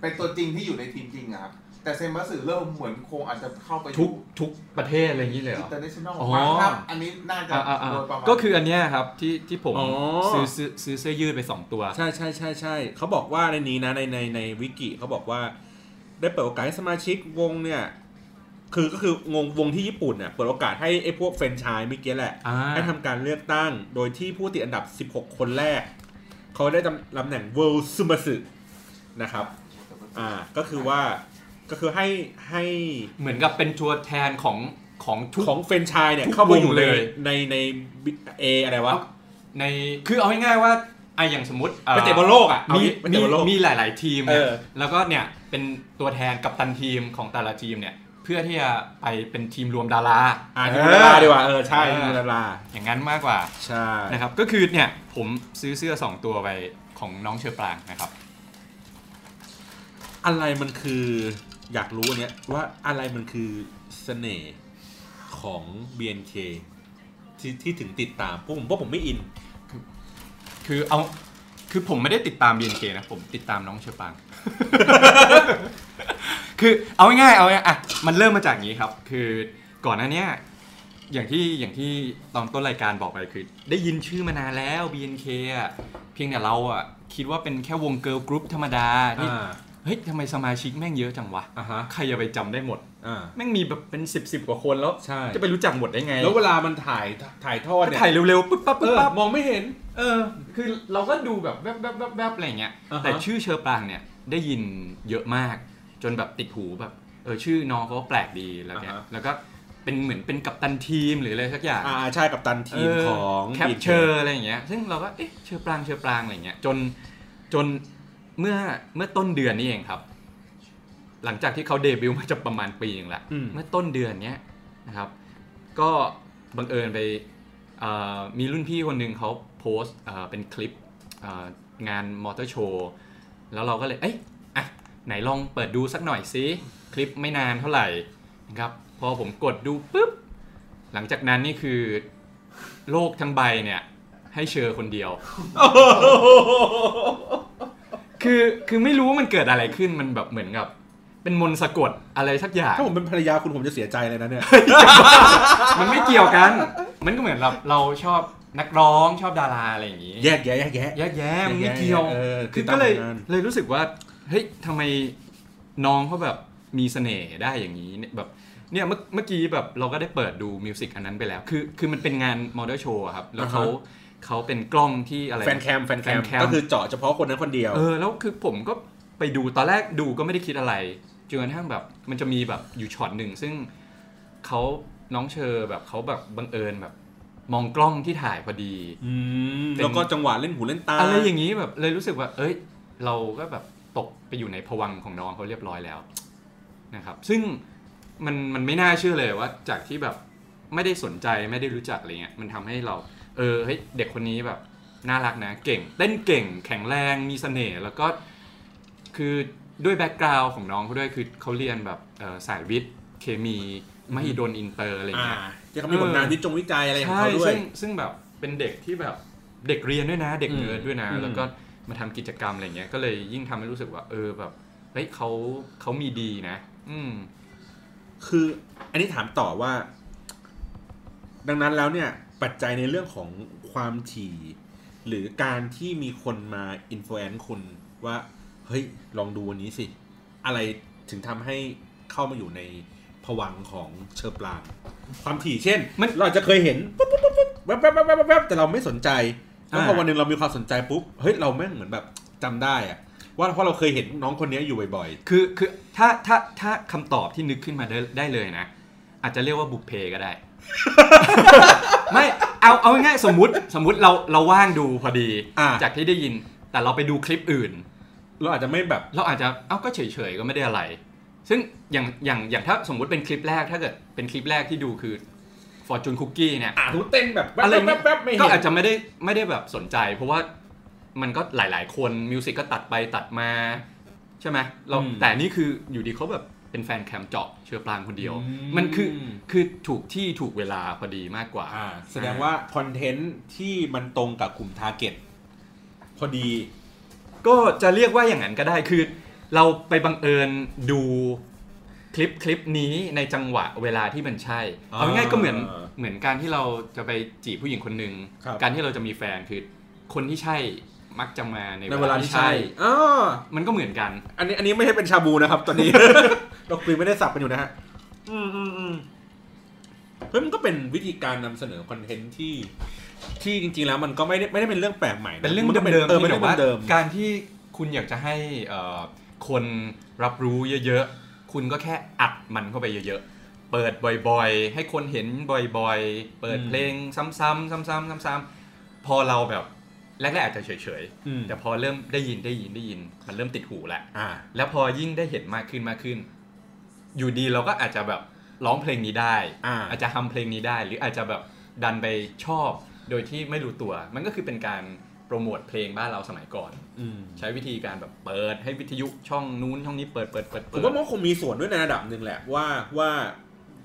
เป็นตัวจริงที่อยู่ในทีมจริงอะครับแต่เซมบัสสึเริ่มเหมือนโคงอาจจะเข้าไป
ทุกทุกประเทศอะไรอย่างนี้เลยเหรอ
อินเตอร์เนชั่นแนล
อ๋อ
มั้งครับอันนี้น่าจะ
อ่าอ่าอ่า
โดยประมาณ
ก็คืออันเนี้ยครับที่ที่ผม
อ๋อ
ซื้อซื้อซื้อเสื้อยืดไปสองตัว
ใช่ใช่ใช่ใช่เขาบอกว่าในนี้นะในในในวิกิเขาบอกว่า ได้เปิดโอกาสให้สมาชิกวงเนี่ย คือก็คืองงวงที่ญี่ปุ่นเนี่ยเปิดโอกาสให้ไอ้พวกแฟรนไชส์เมื่อกี้แหละ
อ่า
ให้ทำการเลือกตั้งโดยที่ผู้ติดอันดับ 16 คนแรก เขาได้ตำตำแหน่ง World s u m a s u นะครับ อ่าก็คือว่าก็คือให้ให้
เหมือนกับเป็นตัวแทนของของทุก
ของแฟรนไชส์เนี่ย
ทุก
เข้าไปอยู่
วง
ใน
เลย
ในในเออะไรวะ
ในคือเอาง่ายๆว่าไอะอย่างสมมติอ่อ
ไปเตะบอลโลกอ่ะเอา
มี
งี้ไป
มี
เตะบอลโลก
มีหลาย ๆ ทีมเนี่ย
เออ
แล้วก็เนี่ยเป็นตัวแทนกับตันทีมของแต่ละทีมเนี่ย เพื่อที่จะไปเป็นทีมรวมดารา
อ่าทีมดาราดีกว่าเออใช่
เออ
ทีมดารา
อย่างนั้นมากกว่า
ใช่
นะครับก็คือเนี่ยผมซื้อเสื้อ 2 ตัวไปของน้องเชอปรางนะครับ
อะไรมันคืออยากรู้อันเนี้ยว่าอะไรมันคือเสน่ห์ของ BNK ที่ที่ถึงติดตามพวกผมพวกผมไม่อิน
คือเอาคือผมไม่ได้ติดตาม BNK นะ ผมติดตามน้องเชอปราง คือเอาง่ายๆเอาง่ายๆอ่ะมันเริ่มมาจากอย่างนี้ครับ คือก่อนหน้าเนี้ยอย่างที่อย่างที่ตอนต้นรายการบอกไปคือ ได้ยินชื่อมานานแล้ว BNK อ่ะเพียงแต่เราอ่ะคิดว่าเป็นแค่วงเกิร์ลกรุ๊ปธรรมดาที่
อ่า
เฮ้ยทำไมสมาชิกแม่งเยอะจังวะ
อ่าฮะ
ใครจะไปจำได้หมด
อ่า
แม่งมีแบบเป็นสิบสิบกว่าคนแล้ว
ใช่
จะไปรู้จักหมดได้ไง
แล้วเวลามันถ่ายถ่ายทอด
ก็
เนี่ย
ถ่ายเร็วๆปุ๊บปั๊บ
เอ
ปุ๊บ
อ
ปั๊บ
มองไม่เห็น
เออ คือเราก็ดูแบบแวบๆๆๆอะไรอย่างเงี้ย
อ่าฮะ
แต่ชื่อเชอปรางเนี่ยได้ยินเยอะมาก จนแบบติดหูแบบ เออชื่อน้องเขาก็แปลกดีแล้วเนี่ยแล้วก็เป็นเหมือนเป็นกัปตันทีมหรืออะไรสักอย่าง
อ่าใช่กับตันทีมของ
แคปเชอร์อะไรอย่างเงี้ย ซึ่งเราก็เอ๊ะเชอปรางเชอปรางอะไรอย่างเงี้ย จนจนเมื่อเมื่อต้นเดือนนี่เองครับ หลังจากที่เขาเดบิวต์มาจะประมาณปีหนึงละ
อืม
เมื่อต้นเดือนเนี้ยนะครับ ก็บังเอิญไปเอ่อมีรุ่นพี่คนหนึ่งเขาโพสต์เอ่อเป็นคลิปเอ่องานมอเตอร์โชว์แล้วเราก็เลย เอ้ยอ่ะไหนลองเปิดดูสักหน่อยซิคลิปไม่นานเท่าไหร่นะครับ พอผมกดดูปุ๊บ หลังจากนั้นนี่คือโลกทั้งใบเนี่ย ให้เชอคนเดียว คือคือไม่รู้ว่ามันเกิดอะไรขึ้นมันแบบเหมือนกับ เป็นมนต์สะกดอะไรสักอย่าง
ถ้าผมเป็นภรรยาคุณผมจะเสียใจเลยนะเนี่ย
มันไม่เกี่ยวกัน มันก็เหมือนเราเราชอบนักร้องชอบดาราอะไรอย่างนี้
แยกแยะแยกแยะ
แยกแยะมันไม่เกี่ยว
เออติ
คือ
ดตาม
ก็เลย
ผลงาน
เลยรู้สึกว่า เฮ้ยทำไมน้องเขาแบบมีเสน่ห์ได้อย่างนี้เนี่ยแบบ เนี่ยเมื่อเมื่อกี้แบบเราก็ได้เปิดดูมิวสิกอันนั้นไปแล้ว คือคือมันเป็นงานมอเตอร์โชว์ครับ แล้วเขาเขาเป็นกล้องที่อะไร
แฟนแคมแฟนแคม
แฟนแคม
ก็คือเจาะเฉพาะคนนั้นคนเดียว
เออแล้วคือผมก็ไปดูตอนแรกดูก็ไม่ได้คิดอะไรจนกระทั่งแบบมันจะมีแบบอยู่ช็อตหนึ่งซึ่งเขาน้องเชอแบบเขาแบบบังเอิญแบบ มองกล้องที่ถ่ายพอดี
อืม
เป็น
แล้วก็จังหวะเล่นหูเล่นตา
อะไรอย่างนี้แบบเลยรู้สึกว่า เอ้ย เราก็แบบตกไปอยู่ในภวังค์ของน้องเขาเรียบร้อยแล้วนะครับ ซึ่งมันมันไม่น่าเชื่อเลยว่าจากที่แบบไม่ได้สนใจไม่ได้รู้จักอะไรเงี้ยมันทำให้เรา เออเฮ้ยเด็กคนนี้แบบน่ารักนะเก่ง เต้นเก่ง แข็งแรงมีเสน่ห์แล้วก็คือด้วยแบ็กกราวน์ของน้องเขาด้วยคือเขาเรียนแบบเอ่อสายวิทย์เคมีมหิดลอินเตอร์อะไร
อ่า
เงี้ย
ที่เขามีผลงาน
เออ
วิจงวิจัยอะไรของ
ใช่
เขาด้วย
ซึ่งซึ่งแบบเป็นเด็กที่แบบเด็กเรียนด้วยนะ เด็กเนิร์ดด้วยนะ
อืม
แล้วก็มาทำกิจกรรมอะไรเงี้ย ก็เลยยิ่งทำให้รู้สึกว่า เออแบบเฮ้ยเขาเขามีดีนะ อืม
คืออันนี้ถามต่อว่า ดังนั้นแล้วเนี่ย ปัจจัยในเรื่องของความถี่ หรือการที่มีคนมาอิมโฟเอนซ์คุณว่า เฮ้ย ลองดูวันนี้สิ อะไรถึงทำให้เข้ามาอยู่ในผวังค์ของเชอร์ปลางความถี่เช่น
มัน
เราอาจจะเคยเห็นปุ๊บปุ๊บปุ๊บปุ๊บแวบแวบแวบแวบแวบแต่เราไม่สนใจแล้วพอ
อ่า
วันหนึ่งเรามีความสนใจปุ๊บเฮ้ยเราแม่งเหมือนแบบจำได้อะว่าเพราะเราเคยเห็นน้องคนนี้อยู่บ่อย
คือคือถ้าถ้าถ้าคำตอบที่นึกขึ้นมาได้ได้เลยนะ อาจจะเรียกว่าบุกเพก็ได้ ไม่เอาเอาง่ายๆสมมติสมมติเราเราว่างดูพอดี
อ่า
จากที่ได้ยิน แต่เราไปดูคลิปอื่น
เราอาจจะไม่แบบ
เราอาจจะเอ้าก็เฉยๆก็ไม่ได้อะไร ซึ่งอย่างอย่างอย่างถ้าสมมุติเป็นคลิปแรกถ้าเกิดเป็นคลิปแรกที่ดูคือ Fortune Cookie เนี่ย
อ่าทุกเต้นแบบแป๊บ
อะไร
แป๊บ
เงี้
แป๊
ย
บแป๊บไม่เห็
ก็
น
อาจจะไม่ได้ไม่ได้แบบสนใจ เพราะว่ามันก็หลาย ๆ คนมิวสิกก็ตัดไปตัดมา ใช่ไหมเรา
อืม
แต่นี่คืออยู่ดีเขาแบบเป็นแฟนแคมเจาะเชื้อปรางคนเดียว
อืม
มันคือคือถูกที่ถูกเวลาพอดีมากกว่า
อ่า แสดงว่าคอนเทนต์ที่มันตรงกับกลุ่มทาร์เก็ตพอดี
ก็จะเรียกว่าอย่างนั้นก็ได้คือ เราไปบังเอิญดูคลิปคลิปนี้ในจังหวะเวลาที่มันใช่
อ่า
เอาง่ายๆก็เหมือนเหมือนการที่เราจะไปจีบผู้หญิงคนหนึ่ง
ครับ
การที่เราจะมีแฟนคือคนที่ใช่มักจะมาใน
ในเวลาที่ใช่อ๋อ
มันก็เหมือนกัน
อันนี้อันนี้ไม่ใช่เป็นชาบูนะครับ ตอนนี้ เราคุยไม่ได้สับกันอยู่นะฮะ อืมอืมอืมเฮ้ยมันก็เป็นวิธีการนำเสนอคอนเทนต์ที่ ที่จริงๆแล้วมันก็ไม่ได้ไม่ได้เป็นเรื่องแปลกใหม่ะ
เป็นเรื่อง
มัก็
เดิมๆ
เออเป็
ที่
น
แบ
เรื่อบ
ว่าง
เดิม
การที่คุณอยากจะให้เอ่อคนรับรู้เยอะๆ คุณก็แค่อัดมันเข้าไปเยอะๆ เปิดบ่อยๆ ให้คนเห็นบ่อยๆ เปิดเพลงซ้ำๆซ้ำๆซ้ำๆพอเราแบบแรกๆอาจจะเฉย
อืม
ๆ แต่พอเริ่มได้ยินได้ยินได้ยิน มันเริ่มติดหูแหละ
อ่า
แล้วพอยิ่งได้เห็นมากขึ้นมากขึ้น อยู่ดีเราก็อาจจะแบบร้องเพลงนี้ได้
อ่า
อาจจะทำเพลงนี้ได้ หรืออาจจะแบบดันไปชอบ โดยที่ไม่รู้ตัว มันก็คือเป็นการโปรโมทเพลงบ้านเราสมัยก่อน
อืม
ใช้วิธีการแบบเปิดให้วิทยุช่องนู้นช่องนี้เปิดเปิดเปิด
ผ
เปิ
ม
ด
ว่ามันคงมีส่วนด้วยในระดับหนึ่งแหละว่าว่า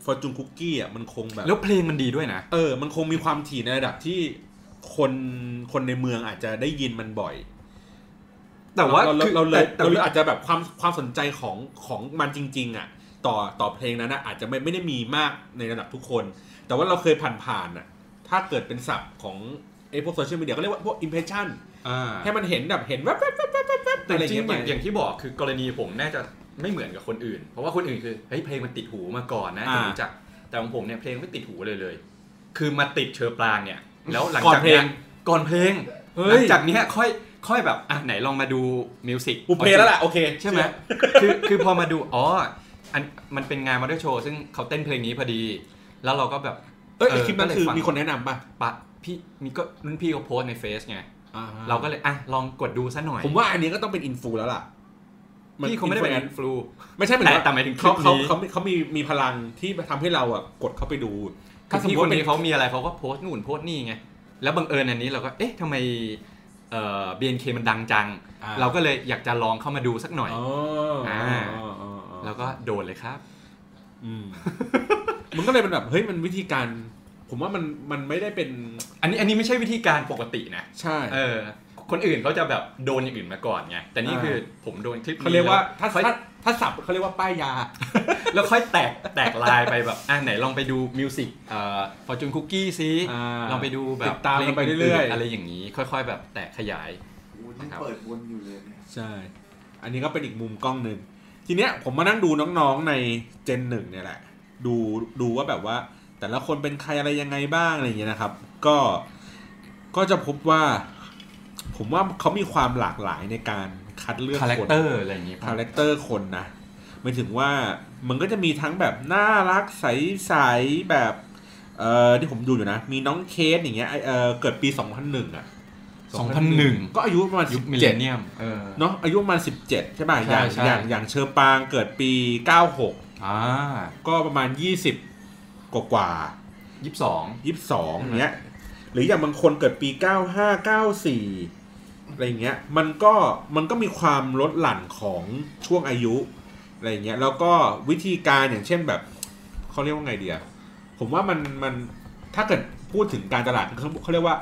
ฟอร์จูนคุกกี้อ่ะมันคงแบบ
แล้วเพลงมันดีด้วยนะ
เออ มันคงมีความถี่ในระดับที่คนคนในเมืองอาจจะได้ยินมันบ่อย
แต่ว่า
เราเรา
คือ
เราเลย
แต่
เราเลย
แต่
อาจจะแบบความความสนใจของของมันจริง ๆ อ่ะ ต่อต่อเพลงนั้นนะอาจจะไม่ไม่ได้มีมากในระดับทุกคน แต่ว่าเราเคยผ่านผ่านอ่ะ ถ้าเกิดเป็นศัพท์ของไอ้พวกโซเชียลมีเดียก็เรียกว่าพวก impression
อ่า
ให้มันเห็นแบบเห็นแวบๆๆๆๆ
แต่
อะไร
จริงๆ
เงี้ยไป
อย่างอย่างที่บอกคือกรณีผมน่าจะไม่เหมือนกับคนอื่น เพราะว่าคนอื่นคือเฮ้ยเพลงมันติดหูมาก่อนนะถึงรู้จักแต่ของผมเนี่ยเพลงไม่ติดหูเลยเลย คือมาติดเชอปรางเนี่ย แล้วหลัง
ก่อน
จาก
เพล
เนี้
ง
ยก่อนเพลง
เฮ้ย
หลังจากเนี้ยค่อยค่อยแบบอ่ะไหนลองมาดูมิวสิก
อุเพแล้วล่ะโอเค
ใช่ไหมคือคือพอมาดู อ๋อ อันมันเป็นงานมาด้วยโชว์ ซึ่งเขาเต้นเพลงนี้พอดี แล้วเราก็แบบ
เอ้ย
เออ
ไอ้คลิปนั้น
ก็เลย
คือ
ฟัง
มีคนแนะนำป่ะ
ปะพี่มีก็รุ่นพี่เขาโพสต์ในเฟซไง
เรา
เรา
ก็
ก็เลย อ่ะ ลองกดดูซะหน่อย
ผมว่าอันนี้ก็ต้องเป็นอินฟูแล้วล่ะ
พี่เขาไม่ได้เป็นอินฟลู
ไม่ใช่หมายถึง
แต่แต่หมายถึงคลิ
เขา
ปนี้
เขาเขาเขามีมีพลังที่ทำให้เราอ่ะกดเข้าไปดู
คื
ถ้า
อ
สม
พี่
ม
ค
ติ
น
เป็น
นี้เขามีอะไรเขาก็โพสต์นู่นโพสต์นี่ไง แล้วบังเอิญอันนี้เราก็ เอ๊ะทำไมเอ่อ BNK มันดังจัง
อ่า
เราก็เลยอยากจะลองเข้ามาดูสักหน่อย
อ๋อ
อ่า
อ๋ออ๋ออ๋อ
แล้วก็โดนเลยครับ
อืม มันก็เลยเป็นแบบเฮ้ยมันวิธีการ ผมว่ามันมันไม่ได้เป็น
อันนี้อันนี้ไม่ใช่วิธีการปกตินะ
ใช่
เออ คนอื่นเขาจะแบบโดนอย่างอื่นมาก่อนไง แต่นี่คือผมโดนคลิปนี้
เขาเรียกว่า
แล้
ถ้า
ค่อย
ถ้าถ้าสับเขาเรียกว่าป้ายยา
แล้วค่อยแตกแตกลายไปแบบ อ่ะไหนลองไปดูมิวสิกเอ่อฟอร์จูนคุกกี้ซิ
อ่า
ลองไปดูแบ
ติ
บ
ดตามกันไปเรื่อยๆ
พลงนๆอะไรอย่างนี้ ค่อย ๆ แบบแตกขยาย
โอ้ยยังเปิดวนอยู่เลยเนี่ย
ใช่ อันนี้ก็เป็นอีกมุมกล้องหนึ่ง ทีเนี้ยผมมานั่งดูน้องๆในเจนหนึ่งเนี่ยแหละ ดูดูว่าแบบว่า แต่ละคนเป็นใครอะไรยังไงบ้างอะไรอย่างเงี้ยนะครับ ก็ก็จะพบว่า ผมว่าเขามีความหลากหลายในการคัดเลือก
คาแรค
คน
เตอร์อะไรอย่างนี้ป่ะ
คาแรคเตอร์คนนะหมายถึงว่ามันก็จะมีทั้งแบบน่ารักใสๆแบบ เอ่อที่ผมดูอยู่นะ มีน้องเคสอย่างเงี้ยไอ้เออเกิดปี 2001อ่ะ
2001
ก็อายุประมาณ
ยุคมิลเล
17
นเนียมเออ
เนาะอายุประมาณ17 ใช่ป่ะอ
ใช่
ย่าง
ใช่
อย่างอย่างเชอปางเกิดปี 96
อ่า
ก็ประมาณ 20 กว่ากว่า
ยี่สิบสอง
22
อืม
อย่างเงี้ยหรืออย่างบางคนเกิดปี 95 94 อะไรอย่างเงี้ยมันก็มันก็มีความลดหลั่นของช่วงอายุอะไรอย่างเงี้ยแล้วก็วิธีการอย่างเช่นแบบเขาเรียกว่าไงเดียผมว่ามันมันถ้าเกิดพูดถึงการตลาดเขาเขาเรียกว่า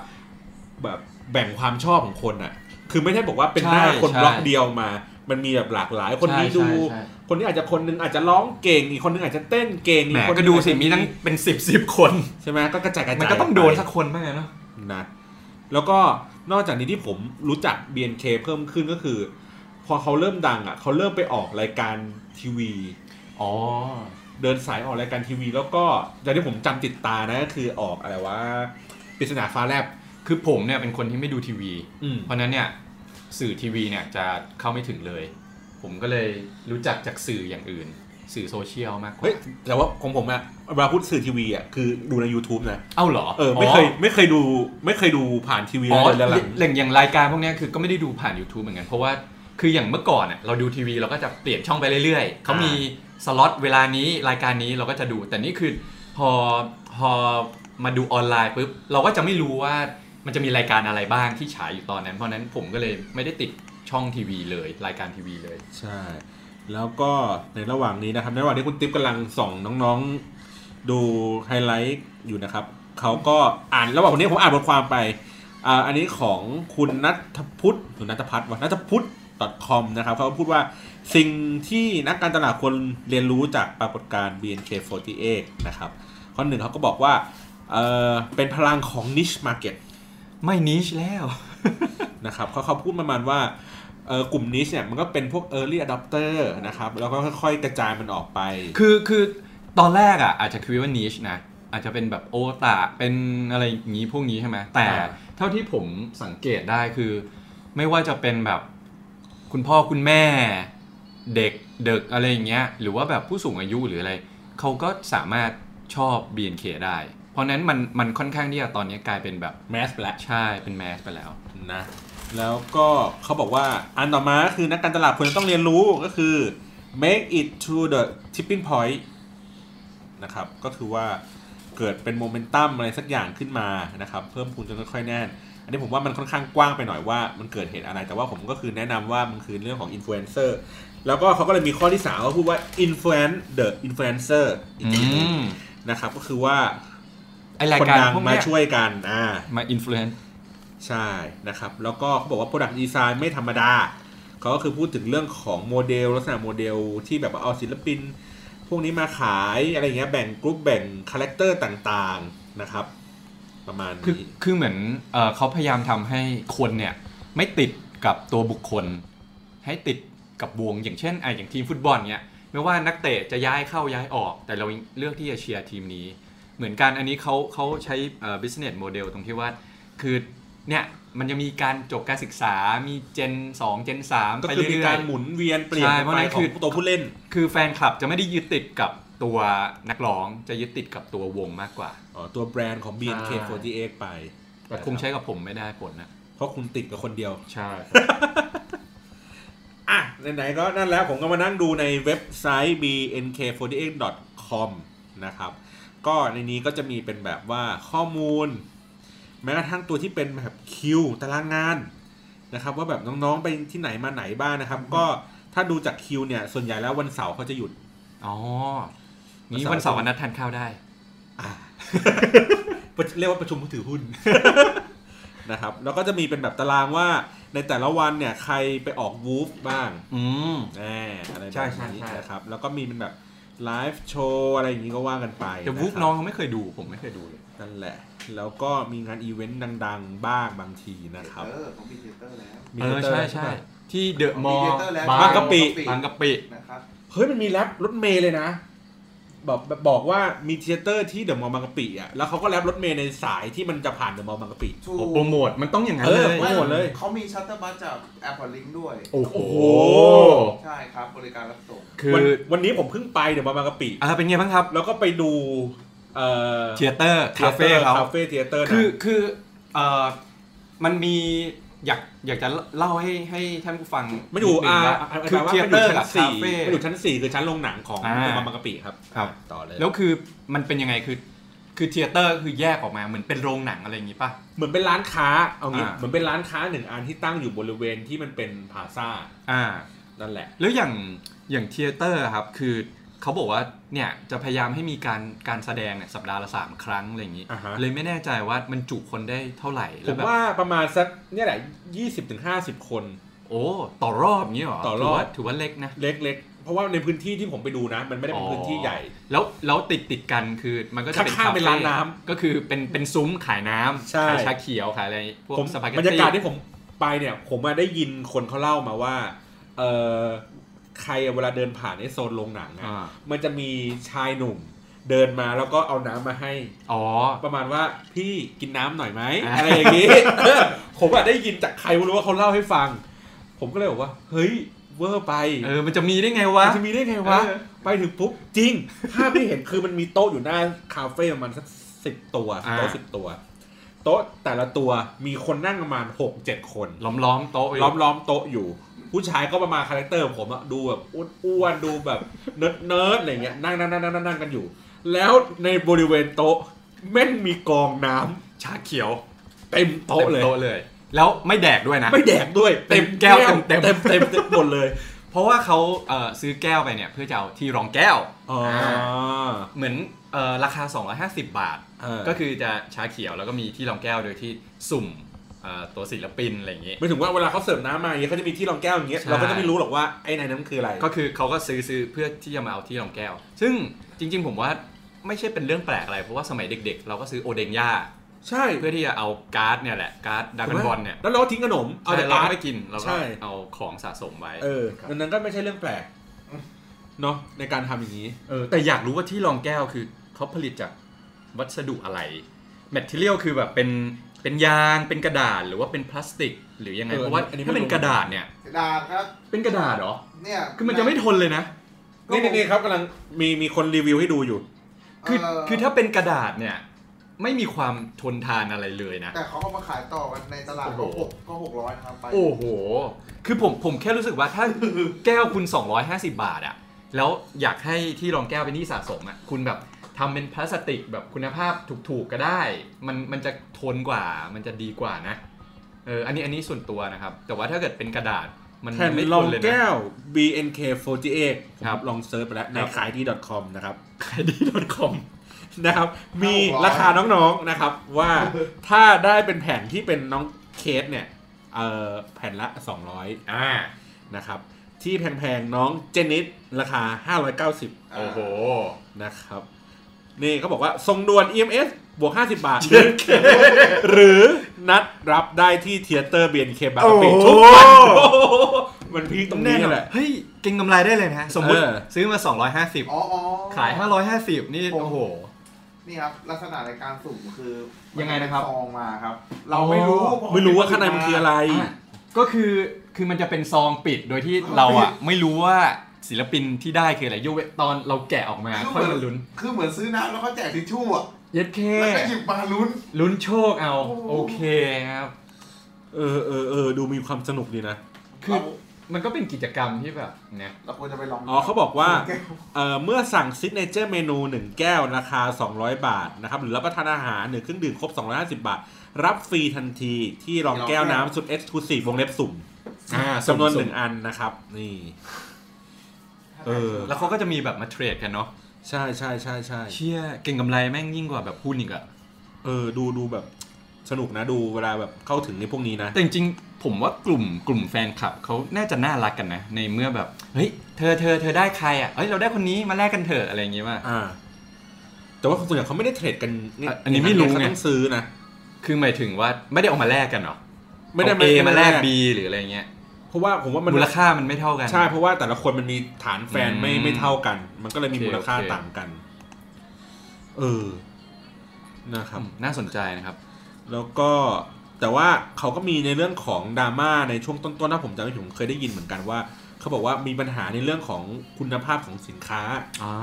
แบบแบ่งความชอบของคนอะคือไม่ใช่บอกว่าเป็นหน้าคนบล็อกเดียวมา มันมีแบบหลากหลายคนนี้ดู คนนี้อาจจะคนหนึงอาจจะร้องเก่งอีกคนหนึงอาจจะเต้นเก่ง
แหม
อีกคนห
ก็
นึ่
ดู
อาจ
สิ
จะ
มีทั้งเป็นสิบสิบคน
ใช่ไหมก็กระจายกระจาย
มันก็ต้องโดนสัก
ไป
คนบ้างอะเนาะ
นะแล้วก็นอกจากนี้ที่ผมรู้จัก BNK เพิ่มขึ้นก็คือ พอเขาเริ่มดังอ่ะเขาเริ่มไปออกรายการทีวี
อ๋อ
เดินสายออกรายการทีวี แล้วก็อย่างที่ผมจำติดตานะก็คือออกอะไรว่าปริศนาฟ้าแลบ
คือผมเนี่ยเป็นคนที่ไม่ดูทีวี
อืม
เพราะฉะนั้นเนี่ยสื่อทีวีเนี่ยจะเข้าไม่ถึงเลย ผมก็เลยรู้จักจากสื่ออย่างอื่น สื่อโซเชียลมากกว่า
เฮ้ยแต่ว่าของผมอะเวลาพูดสื่อทีวีอะคือดูใน YouTube นะ
เอ้าเหรอ
เออไม่เคยไม่เคยดูไม่เคยดูผ่านทีวี
อ๋อ
เลย
อ๋อ
หลัง
อย่างอย่างรายการพวกเนี้ยคือก็ไม่ได้ดูผ่าน YouTube เหมือนกัน เพราะว่าคืออย่างเมื่อก่อนอ่ะเราดูทีวีเราก็จะเปลี่ยนช่องไปเรื่อยๆเขา
อ่ามี
มีสล็อตเวลานี้รายการนี้เราก็จะดู แต่นี่คือพอพอมาดูออนไลน์ปุ๊บเราก็จะไม่รู้ว่ามันจะมีรายการอะไรบ้างที่ฉายอยู่ตอนนั้น เพราะฉะนั้นผมก็เลยไม่ได้ติดช่องทีวีเลย รายการทีวีเลย
ใช่ แล้วก็ในระหว่างนี้นะครับในระหว่างที่คุณติ๊บกำลังส่องน้องๆดูไฮไลท์อยู่นะครับเขาก็อ่านระหว่างนี้ผมอ่านบทความไปอ่าอันนี้ของคุณนัทพุทธหรือนัทพัฒน์วะนัทพุทธ .com นะครับเขาพูดว่าสิ่งที่นักการตลาดควรเรียนรู้จากปรากฏการณ์ BNK48 นะครับ ข้อหนึ่งเขาก็บอกว่าเออเป็นพลังของ niche market
ไม่นิชแล้ว
นะครับเขาเขาพูดประมาณว่าเออกลุ่มนี้เนี่ยมันก็เป็นพวก early adopter นะครับ แล้วก็ค่อยๆ กระจายมันออกไป
คือคือตอนแรกอ่ะอาจจะคิดว่านิชนะอาจจะเป็นแบบโอตาเป็นอะไรอย่างนี้พวกนี้ใช่ไหมแต่
อ่า
เท่าที่ผมสังเกตได้คือ ไม่ว่าจะเป็นแบบคุณพ่อคุณแม่เด็กเด็กอะไรอย่างเงี้ยหรือว่าแบบผู้สูงอายุหรืออะไร เขาก็สามารถชอบ BNK ได้ เพราะฉะนั้นมันมันค่อนข้างที่จะตอนนี้กลายเป็นแบบ
แมสไปแล้ว
ใช่เป็นแมสไปแล้ว
นะ แล้วก็เขาบอกว่าอันต่อมาคือนักการตลาดควรจะต้องเรียนรู้ก็คือ make it to the tipping point นะครับ ก็คือว่าเกิดเป็นโมเมนตัมอะไรสักอย่างขึ้นมานะครับ เพิ่มพูนจนค่อยๆแน่น อันนี้ผมว่ามันค่อนข้างกว้างไปหน่อยว่ามันเกิดเหตุอะไร แต่ว่าผมก็คือแนะนำว่ามันคือเรื่องของอินฟลูเอนเซอร์แล้วก็เขาก็เลยมีข้อที่สามก็พูดว่า influence the influencer อีก
อื
ทีหนึ่ง
ม
นะครับ ก็คือว่า
ไอราย
คน
การ
ดัง
พวก
มา
เนี้ย
ช่วยกันอ่า
มาอินฟลูเอนซ์
ใช่นะครับ แล้วก็เขาบอกว่า Product Design ไม่ธรรมดา เขาก็คือพูดถึงเรื่องของโมเดล ลักษณะโมเดลที่แบบว่าเอาศิลปิน พวกนี้มาขายอะไรอย่างเงี้ยแบ่งกรุ๊ปแบ่งคาแรคเตอร์ต่างๆนะครับ ประมาณ
คือ
นี้
คือเหมือนเอ่อเขาพยายามทำให้คนเนี่ย ไม่ติดกับตัวบุคคล ให้ติดกับวงอย่างเช่นไอะอย่างทีมฟุตบอลเนี่ยไม่ว่านักเตะจะย้ายเข้าย้ายออก แต่เราเลือกที่จะเชียร์ทีมนี้ เหมือนกันอันนี้เขาเขาใช้เอ่อ business model ตรงที่ว่า คือเนี่ยมันจะมีการจบการศึกษามีเจน 2 เจน 3
ก็
ไป
คือมี
เรื่อยๆ
การหมุนเวียนเปลี่ยน
ใช่เพราะ
ไป
ฉะนั้น
ข
คื
อง
อ
ตัวผู้เล่น
คือแฟนคลับจะไม่ได้ยึดติดกับตัวนักร้องจะยึดติดกับตัววงมากกว่า
อ๋อ ตัวแบรนด์ของ BNK48 ไป
แต่คงใช้กับผมไม่ได้ผลนะ
เพราะคุณติดกับคนเดียว
ใช่
อ่ะ ไหนๆก็นั่นแล้วผมก็มานั่งดูในเว็บไซต์ bnk48.com นะครับ ก็ในนี้ก็จะมีเป็นแบบว่าข้อมูล แม้กระทั่งตัวที่เป็นแบบคิวตารางงานนะครับ ว่าแบบน้องๆไปที่ไหนมาไหนบ้างนะครับ ก็ถ้าดูจากคิวเนี่ย ส่วนใหญ่แล้ววันเสาร์เขาจะหยุด
อ๋อ นี่วันเสาร์วันนัดทานข้าวได้
อ่ะ เรียกว่าประชุมผู้ถือหุ้น นะครับ แล้วก็จะมีเป็นแบบตารางว่าในแต่ละวันเนี่ยใครไปออกวูฟบ้าง
อืม
อ่าอะไรแบบ
ใช่ใช่
นี้
ใช่
นะครับ แล้วก็มีเป็นแบบไลฟ์โชว์อะไรอย่างนี้ก็ว่ากันไป
แต่วู
ะ
ฟ
ครับ
น้องเขาไม่เคยดูผมไม่เคยดูเลย
นั่นแหละ แล้วก็มีงานอีเวนต์ดังๆ บ้างบางทีนะครับ
เออผมมีเทเตอร์แล้ว
มี
เออ
เตอร์
ใช่
ใช่
ใช่
ปะ
ที่เดอะมอล
มี
ล์
theater แล้ว
บางกะปิ
บางกะปิ
นะครับ
เฮ้ยมันมีแรปรถเมย์เลยนะบอกแบบบอกว่ามีเทเตอร์ที่เดอะมอลล์บางกะปิอ่ะแล้วเขาก็แรปรถเมย์ในสายที่มันจะผ่านเดอะมอลล์บางกะปิ
ถูก
โอ้โปรโมทมันต้องอย่างนั้น
เอ
เล
อ
ย
โปรโมทเลย
เขามีชัตเตอร์บัสจากแอร์พอร์ตลิงด้วย
โอ้โห
ใช่ครับ บริการรับส่ง
คื
วัน
อ
วันนี้ผมเพิ่งไปเดอะมอลล์บางกะปิ
อ่าเป็นไงบ้างครับ
แล้วก็ไปดูเอ่อ
เทเตอร์คาเฟ่เขา
คาเฟ่เทเตอร์นะ
คือคือเอ่อมันมีอยากอยากจะเล่าให้ให้ท่านผู้ฟัง
มันอยู่
ด
อ่าง
ว่า
คื
คือ อ
ว่า
เท
มันอ
เตอยู่ ร์
ชั้
กับ
นสี่
คาเฟ่
มันอยู่ชั้นสี่คือชั้นโรงหนังของ
อ่า
โรงพยาบาลบางกะปิครับ
ครับ
ต่อเลย
แล้วคือมันเป็นยังไงคือคือเทเตอร์คือแยกออกมาเหมือนเป็นโรงหนังอะไรอย่างงี้ป่ะ
เหมือนเป็นร้านค้าเอางี้
อ่า
เหมือนเป็นร้านค้าหนึ่งอันที่ตั้งอยู่บริเวณที่มันเป็นพลาซ่า
อ่า
นั่นแหละ
แล้วอย่างอย่างเทเตอร์ครับคือเขาบอกว่าเนี่ยจะพยายามให้มีการการแสดงเนี่ยสัปดาห์ละสามครั้งอะไรอย่างงี้
อ่าฮะ
เลยไม่แน่ใจว่ามันจุคนได้เท่าไหร่
ผ
แล้
ม
วแบบ
ว่าประมาณสักเนี่ยแหละยี่สิบถึงห้าสิบคน
โอ้ต่อรอบอย่างงี้เหรอ
ต่อรอบ
ถือว่าถือว่าเล็กนะ
เล็กๆ เพราะว่าในพื้นที่ที่ผมไปดูนะ มันไม่ได้เป็นพื้นที่ใหญ่
แล้วแล้วติดติดๆกันคือมันก็จะเป็น
ข้างๆเป็น
คฟ่
ร้านน้ำ
ก็คือเป็นเป็นซุ้มขายน้ำ
ใช่
ขายชาเขียวขายอะไรพวก
ผม
สปาเกต
บรรยา
ตี้
กาศที่ผมไปเนี่ย ผมอะได้ยินคนเขาเล่ามาว่าเออใครอะเวลาเดินผ่านในโซนโรงหนังอะ
อ่า
มันจะมีชายหนุ่มเดินมาแล้วก็เอาน้ำมาให้
อ๋อ
ประมาณว่าพี่กินน้ำหน่อยไหม
อ่า
อะไร อย่างนี้ ผมอะได้ยินจากใครไม่รู้ว่าเขาเล่าให้ฟัง ผมก็เลยบอกว่า เฮ้ย เวอร์ไป
เออมันจะมีได้ไงวะ
มันจะมีได้ไงวะ
เออ
ไปถึงปุ๊บ จริง ภาพที่เห็นคือมันมีโต๊ะอยู่หน้าคาเฟ่ประมาณสักสิบตัวโต๊ะสิบตัว โต๊ะแต่ละตัวมีคนนั่งประมาณหกเจ็ดคน
ล้อมล้อมๆโต๊ะยู่
ล้อมล้อมโต๊ะอยู่ ผู้ชายก็ประมาณคาแรคเตอร์ผมอะดูแบบอ้วนๆดูแบบเนิร์ดเนิร์ดอะไรเงี้ยนั่งนั่งนั่งนั่งนั่งกันอยู่ แล้วในบริเวณโต๊ะแม่งมีกองน้ำ
ชาเขียว
เต็มโต๊ะ
ต็ม
เลย
โต๊ะเลย แล้วไม่แดกด้วยนะ
ไม่แดกด้วย
เต็มแก้วเต็มๆ
เต็มเต็มเต็มหมดเลย
เพราะว่าเขาเอ่อซื้อแก้วไปเนี่ยเพื่อจะเอาที่รองแก้ว
อ๋อ
เหมือนเอ่อราคา 250 บาท
เออ
ก็คือจะชาเขียวแล้วก็มีที่รองแก้วโดยที่สุ่มเอ่อตัวศิลปินอะไรอย่างงี้
ไม่ถึงว่าเวลาเขาเสิร์ฟน้ำมาอย่างเงี้ยเขาจะมีที่รองแก้วอย่างเงี้ย
ใช่
เราก็จะไม่รู้หรอกว่าไอ้ในนั้นคืออะไร
ก็คือเขาก็ซื้อซื้อเพื่อที่จะมาเอาที่รองแก้ว ซึ่งจริงๆผมว่าไม่ใช่เป็นเรื่องแปลกอะไร เพราะว่าสมัยเด็กๆ เราก็ซื้อโอเดงย่า
ใช่
เพื่อที่จะเอาการ์ดเนี่ยแหละการ์ดดากอนบอลเนี่ย
แล้วเราก็ทิ้งขนมเอาแต่
ใช่เรา
ร้าน
ไม่กินเรา
ใช่
ก็เอาของสะสมไว้
เออ
ครับ
ดังนั้นก็ไม่ใช่เรื่องแปลกเนาะในการทำอย่างนี้
เออแต่อยากรู้ว่าที่รองแก้วคือเขาผลิตจากวัสดุอะไรแมทเทียลคือแบบเป็นเป็นยางเป็นกระดาษหรือว่าเป็นพลาสติก หรือยังไง
เออ
เพราะว่า
อันนี้ไม่
ถ้าเป็น
รู้
กระดาษเนี่ย
กระดาษครับ
เป็นกระดาษเหรอ
เนี่ย
คือมันจะไม่ทนเลยนะ
นี่นี่นี่ครับกำลังมีมีคนรีวิวให้ดูอยู่
คือ
เ
คือถ้าเป็นกระดาษเนี่ยไม่มีความทนทานอะไรเลยนะ
แต่เขาเอามาขายต่อกันในตลาด
โอ้โห
ก็หกก็หกร้อยนะครับไป
โอ้โห คือผมผมแค่รู้สึกว่าถ้ า แก้วคุณ 250 บาทอะแล้วอยากให้ที่รองแก้วเป็นที่สะสมอะคุณแบบทำเป็นพลาสติกแบบคุณภาพถูกๆก็ได้ มันมันจะทนกว่า มันจะดีกว่านะ เออ อันนี้อันนี้ส่วนตัวนะครับ แต่ว่าถ้าเกิดเป็นกระดาษมัน
แผ่น
ไม่
ร
ท
อง
นเลยนะ
แก้ว BNK48 ผม
ครับ
ลองเซิร์ชไปแล้วในขายดี .com นะครับ
ขายดีดอทคอม
นะครับ มีราคาน้องๆนะครับ ว่าถ้าได้เป็นแผ่นที่เป็นน้องเคสเนี่ยเอ่อแผ่นละ 200
อ่า
นะครับ ที่แพงๆ น้องเจนิสราคา 590
า
โอ้โห
นะครับ นี่เขาบอกว่าทรงด่วน EMS บวก 50 บาท หรือนัดรับได้ที่เทียเตอร์ BNK บางกะปิทุกวัน
โอ้โห
โอ้โหมันพีคตรงนี้แหละ
เฮ้ย เก่งกำไรได้เลยนะ สมมติ
เออ
ซื้อมา 250
อ๋ออ๋อ
ขาย 550 นี่โอ้โห
นี่ครับลักษณะในการสุ่มคือ
ยังไงนะครับ
ซองมาครับ เราไม่รู้
อ๋อ
ผ
ไม่รู้ว่าข้างในมันคืออะไร
อ่ะก็คือคือมันจะเป็นซองปิดโดยที่เราอ่ะ ไม่รู้ว่าศิลปินที่ได้คืออะไรยกเว้นตอนเราแกะออกมา
คือเห
ค่อย
มือน
มาลุ้น
คือเหมือนซื้อน้ำแล้วเขาแจกทิชชู่อ่ะ
เย็ดเค
แล้วก็หยิบมาลุ้น
ลุ้นโชคเอา
โอ้
โอเคนะครับ
เออเออเออดูมีความสนุกดีนะ
คือ มันก็เป็นกิจกรรมที่แบบเนี่ย
เราควรจะไปลอง
อ๋อเขาบอกว่า เอ่อเมื่อสั่งซิกเนเจอร์เมนู 1 แก้วราคา 200 บาทนะครับ หรือรับประทานอาหารหรือเครื่องดื่มครบ 250 บาท รับฟรีทันทีที่รองแก้วน้ำสุด Exclusive วงเล็บสุ่ม
อ่า
จำนวนห
สุ่มๆ
นึ่งอันนะครับ นี่ เออ
แล้วเขาก็จะมีแบบมาเทรดกันเนาะ
ใช่ใช่ใช่ใช่
เชี่ยเก่งกำไรแม่งยิ่งกว่าแบบหุ้นอีกอะ
เออ ดูดูแบบสนุกนะดูเวลาแบบเข้าถึงในพวกนี้นะ
แต่จริงๆผมว่ากลุ่มกลุ่มแฟนคลับเขาน่าจะน่ารักกันนะ ในเมื่อแบบเฮ้ยเธอเธอเธอได้ใครอ่ะเฮ้ยเราได้คนนี้มาแลกกันเถอะอะไรอย่างงี้ป่ะ
อ่า แต่ว่าส่วนใหญ่เขาไม่ได้เทรดกัน
อ่ะอันนี้ไม่รู้ไง
เขาต้องซื้อนะ
คือหมายถึงว่าไม่ได้เอามาแลกกันเหรอ
ไม่ได้
เอา A มาแลก
ไได้
B หรืออะไรเงี้ย
เพราะว่าผมว่ามัน
มูลค่ามันไม่เท่ากัน
ใช่เพราะว่าแต่ละคนมันมีฐานแฟนไม่
อืม
ไม่เท่ากัน มันก็เลยมี
โอเค
มูลค่า
โอเค
ต่างกัน เออนะค
อื
รับ
มน่าสนใจนะครับ
แล้วก็แต่ว่าเขาก็มีในเรื่องของดราม่าในช่วงต้นๆนะผมจำไม่ถึงเคยได้ยินเหมือนกันว่า เขาบอกว่ามีปัญหาในเรื่องของคุณภาพของสินค้า
อ่า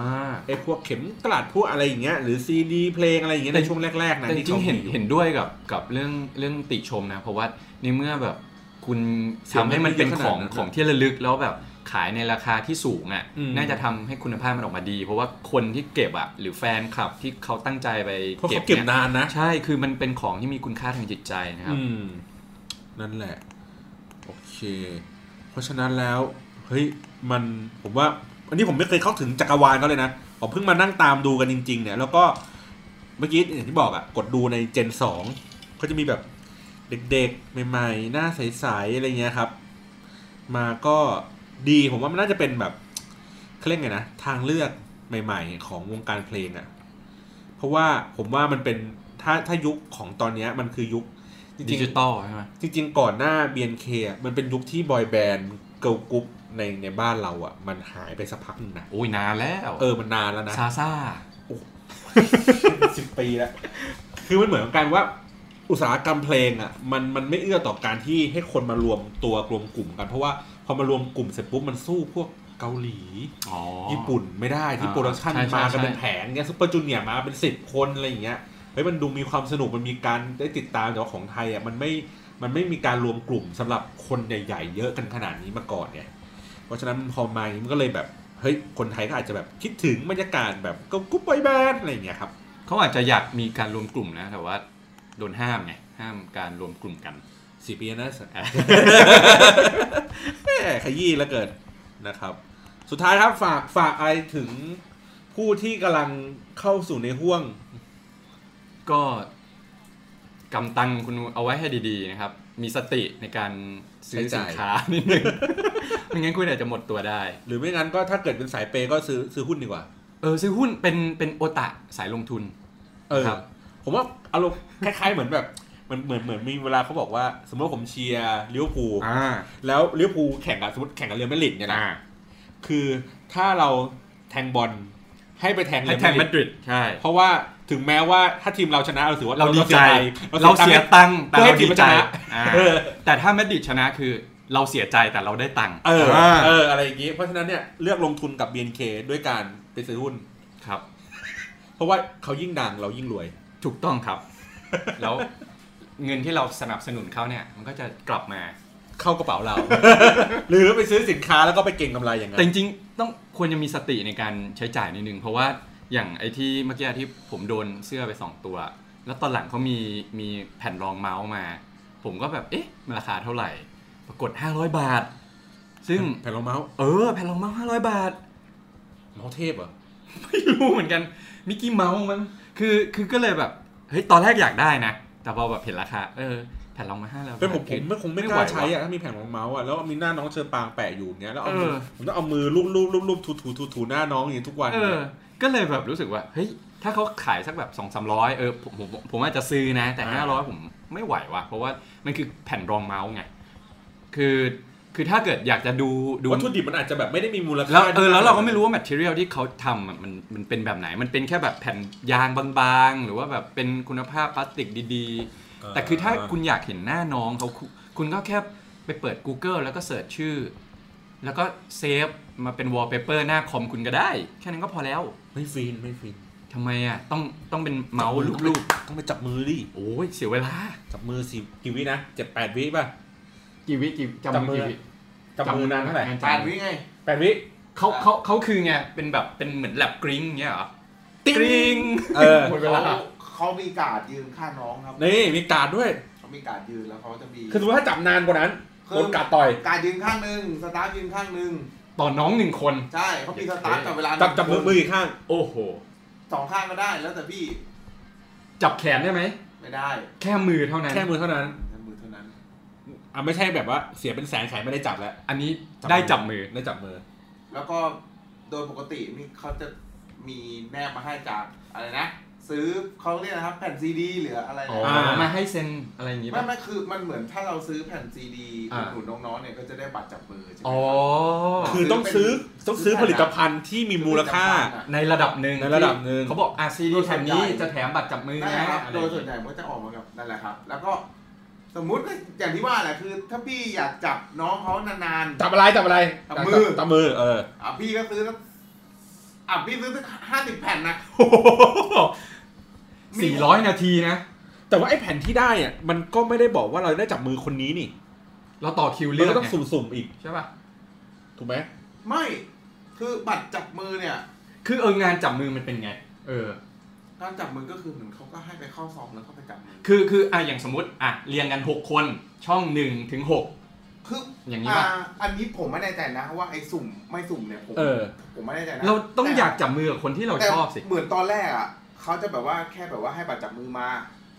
ไอ้พวกเข็มกลัดพวกอะไรอย่างเงี้ยหรือซีดีเพลงอะไรอย่างเงี้ย
แต่
ในช่วงแรกๆนะ
แต่จ
ที่
ริ
เขา
งๆเห็น
มีอยู่
เห็นด้วยกับกับเรื่องเรื่องติชมนะ เพราะว่าในเมื่อแบบคุณ
เสี
ทำ
ยง
ให้มันเป็น
ไม่เยอะข
ข
นาด
อง
นั้น
ของที่ระลึกแล้วแบบขายในราคาที่สูงอ่ะ
อืม
น่าจะทำให้คุณภาพมันออกมาดี เพราะว่าคนที่เก็บอ่ะ หรือแฟนคลับที่เขาตั้งใจไป
เพราะ
เก็บ
เขาเก็บ
เนี่ย
นานนะ
ใช่คือมันเป็นของที่มีคุณค่าทางจิตใจนะครับ
อืม นั่นแหละ โอเค เพราะฉะนั้นแล้ว เฮ้ย มันผมว่า อันนี้ผมไม่เคยเข้าถึงจักรวาลเขาเลยนะ ผมเพิ่งมานั่งตามดูกันจริง ๆ เนี่ย แล้วก็เมื่อกี้อย่างที่บอกอะ่ะ กดดูในเจนสองก็จะมีแบบเด็กๆ ใหม่ๆ หน้าใสๆ อะไรเงี้ยครับ มาก็ดีผมว่ามันน่าจะเป็นแบบเขาเรียกไงนะ ทางเลือกใหม่ ๆ ของวงการเพลงอะ่ะ เพราะว่าผมว่ามันเป็นถ้าถ้ายุคของตอนเนี้ยมันคือยุคจ
ดิ
ริงๆ
จิตอลใช่ไหม
จริงๆ ก่อนหน้า BNK อะมันเป็นยุคที่บอยแบนด์เกิร์ลกรุ๊ปในในบ้านเราอ่ะ มันหายไปสักพักหนึงนะ
โอ้ยนานแล้ว
เออ มันนานแล้วนะ
ซา ซ่า
สิบปีแล้ว คือมันเหมือนกันว่า อุตสาหกรรมเพลงอ่ะมันมันไม่เอื้อต่อการที่ให้คนมารวมตัวรวมกลุ่มกัน เพราะว่าพอมารวมกลุ่มเสร็จปุ๊บมันสู้พวกเกาหลี
อ๋อ
ญี่ปุ่นไม่ได้ที่
อ่า
โปรดักชัน
ใช่ใช่
มากัน
ใช่
เป็นแผงเงี้ยซุปเปอร์จูเนียร์มาเป็นสิบคนอะไรอย่างเงี้ยเฮ้ยมันดูมีความสนุกมันมีการได้ติดตามแต่ว่าของไทยอ่ะมันไม่มันไม่มีการรวมกลุ่มสำหรับคนใหญ่ๆ เยอะกันขนาดนี้มาก่อนไงเพราะฉะนั้นพอมาอย่างงี้มันก็เลยแบบเฮ้ยคนไทยก็อาจจะแบบคิดถึงบรรยากาศแบบกรุ๊ปบอยแบนด์อะไรอย่างเงี้ยครับ
เขาอาจจะอยากมีการรวมกลุ่มนะ แต่ว่าโดนห้ามไงห้ามการรวมกลุ่มกัน
สี่ปีนะสัก แม่ขยี้แล้วเกิดนะครับ สุดท้ายครับฝากฝากไอถึงผู้ที่กำลังเข้าสู่ในห่วง
ก็กำตังคุณเอาไว้ให้ดีๆนะครับ มีสติในการซื้อ
ใช้
สิน
จ่าย
ค้านิดนึง ไม่งั้นคุณอาจจะหมดตัวได้
หรือไม่งั้นก็ถ้าเกิดเป็นสายเปย์ก็ซื้อซื้อหุ้นดีกว่า
เออซื้อหุ้นเป็นเป็นโอตะสายลงทุน
เออ
ครับ
ผมว่าอารมณ์คล้ายๆเหมือนแบบเหมือนเหมือนเหมือนมีเวลาเขาบอกว่า สมมติว่าผมเชียร์ลิเวอร์พูล
อ่า
แล้วลิเวอร์พูลแข่งกับสมมติแข่งกับเรอัลมาดริดเนี่ยนะคือถ้าเราแทงบอลให้ไปแทงเร
ให้
อัล
แทน
มา
มา
ดริด
ดริดใช่
เพราะว่าถึงแม้ว่าถ้าทีมเราชนะเราถือว่า
เราดีใจ
เรา
เรา
เสี
เสี
ย
ย
ตังค์
ตังค์
เพื่อ
แต่
ให้
เรา
ที
ดี
มมัน
ใจ
ชนะ
อ่า
เออ
แต่ถ้ามาดริดชนะคือเราเสียใจแต่เราได้ตังค์
เอออา เอออะไรอย่างงี้ เพราะฉะนั้นเนี่ยเลือกลงทุนกับ BNK ด้วยการไปซื้อหุ้น
ครับ
เพราะว่าเขายิ่งดังเรายิ่งรวย
ถูกต้องครับ แล้วเงินที่เราสนับสนุนเขาเนี่ย มันก็จะกลับมาเข้ากระเป๋า เรา
หรือไปซื้อสินค้าแล้วก็ไปเก่งกำไรอย่างนั้
แต่จ
น
ริงๆต้องควรจะมีสติในการใช้จ่ายนิดนึง เพราะว่าอย่างไอ้ที่เมื่อกี้ที่ผมโดนเสื้อไป 2 ตัว แล้วตอนหลังเขามีมีแผ่นรองเมาส์มา ผมก็แบบเอ๊ะมันราคาเท่าไหร่ ปรากฏ 500 บาท ซึ่ ง
แผ่นรองเมาส์
เออ แผ่นรองเมาส์500 บาท
เมาส์เทพเหรอ
ไม่รู้เหมือนกันมิกกี้เมาส์มั้งคือคือก็เลยแบบเฮ้ยตอนแรกอยากได้นะ แต่พอแบบเห็นราคาเออ แผ่นรองมาห้าแล้ว
เป็นผมผมไม่คงไม่
ไม่
ก
ไหว
ล้าใช้
ว่ะ
อ่ะถ้ามีแผงของเมาส์อ่ะแล้วมีหน้าน้องเชอปางแปะอยู่อย่างเงี้ยแล้วเอา
เออ
ผมต้องเอามือลูบลูบลูบลูบถูถูถูถูหน้าน้องอย่างนี้ทุกวัน
เออ ก็เลยแบบรู้สึกว่าเฮ้ยถ้าเขาขายสักแบบสองสามร้อยเออผมผมผมอาจจะซื้อนะ แต่ห้าร้อยผมไม่ไหวว่ะ เพราะว่ามันคือแผ่นรองเมาส์ไงคือคือถ้าเกิดอยากจะดูดู
วัตถุดิบมันอาจจะแบบไม่ได้มีมูลค่า
แล้วเออแล้วเราก็ไม่รู้ว่า material ที่เขาทำอะมันมันเป็นแบบไหน มันเป็นแค่แบบแผ่นยางบางๆ หรือว่าแบบเป็นคุณภาพพลาสติกดีๆ แต่คือถ้าคุณอยากเห็นหน้าน้องเขาคุณคุณก็แค่ไปเปิด Google แล้วก็เสิร์ชชื่อ แล้วก็เซฟมาเป็น wallpaper หน้าคอมคุณก็ได้ แค่นั้นก็พอแล้ว
ไม่ฟินไม่ฟิน
ทำไมอ่ะ ต้องต้องเป็นเมาส์
จับ
ลู
อก ต้องไปจับมือดิ
ๆ โอ้ยเสียเวลา
จับมือสิกี่วินะเจ็ดแปดวิป่ะ
กี่วิกี่
จำมือ
กี่วิ
จับมือนานเท่าไหร่
แปดวิไง
แปดวิ
เขาเขาเขาคือไงเป็นแบบเป็นเหมือนแลบกริ้งเงี้ยเหรอ
ติ๊ง
กริ้ง
เออ
หมดเวลา
เขาเขามีการดยืนข้างน้องครับ
นี่มีการดด้วย
เขามีการดยืนแล้วเขาจะมี
คือสมมติถ้าจับนานกว่านั้น
คือ
โดนการดต่อย
การดยืนข้างหนึ่งสตาร์ทยืนข้างหนึ่ง
ต่อน้องหนึ่งคน
ใช่เขามีสตาร์ทกับเวลา
จับจับมือมืออีกข้าง
โอ้โห
สองข้างก็ได้แล้วแต่พี่
จับแขนได้ไหม
ไม่ได้
แค่มือเท่านั้น
แค่มือเท่านั้น
แค่มือเท่านั้น
อ่ะไม่ใช่แบบว่าเสียเป็นแสนแขนไม่ได้จับแล้ว
อันนี้ได้จับมือ
ได้จับมือ
แล้วก็โดยปกตินี่เขาจะมีแนบมาให้จากอะไรนะ ซื้อเขาเรียกนะครับ แผ่นซีดีหรืออะไร
อ๋
นะ
อ
า
มาให้เซ็นอะไรอย่างงี้
ไม่
ป่ะ
ไม่คือมันเหมือนถ้าเราซื้อแผ่นซีดี
อ่า
หนุนน้องๆเนี่ยก็จะได้บัตรจับมือใช่ไหม
อ๋อ
คือต้องซื้อต้องซื้อผลิตภัณฑ์ที่มีมูลค่า
ในระดับหนึ่ง
ในระดับหนึ่ง
เขาบอกอาซีดีแผ่นนี้จะแถมบัตรจับมือ
นั่นแห
นะ
ละครับ
อะไร
โดยส่วนใหญ่มันก็จะออกมากับนั่นแหละครับ แล้วก็สมมุติก็อย่างที่ว่าแหละคือ ถ้าพี่อยากจับน้องเขานาน
จับอะไรจับอะไร
จับมือ
จับมือเออ
ๆอ่ะพี่ก็ซื้อสักอ่ะพี่ซื้อสักห้าสิบแผ่นนะ
สี่ร้อยนาทีนะ
แต่ว่าไอ้แผ่นที่ได้อ่ะมันก็ไม่ได้บอกว่าเราได้จับมือคนนี้นี่
เราต่อคิว
มั
เลื
น
อก
ก็ต้อง
ไง
สุ่มๆอีก
ใช่ป่ะ
ถูกไหม
ไม่คือบัตรจับมือเนี่ย
คือเอองานจับมือมันเป็นไง เออ
การจับมือก็คือเหมือนเขาก็ให้ไปเข้าซองแล้วเข้าไปจับมือ
คือคืออ่ะอย่างสมมติอ่ะเรียงกัน 6 คนช่อง1ถึง6
คือ
อย่างนี้
อ่า
ป่ะ
อันนี้ผมไม่แน่ใจนะว่าไอ้สุ่มไม่สุ่มเนี่ยผม
เออ
ผมไม่แน่ใจนะ
เราต้อง
แ
อยากจับมือกับคนที่เรา
แต่
ชอบสิ
เหมือนตอนแรกอ่ะเขาจะแบบว่าแค่แบบว่าให้บัตรจับมือมา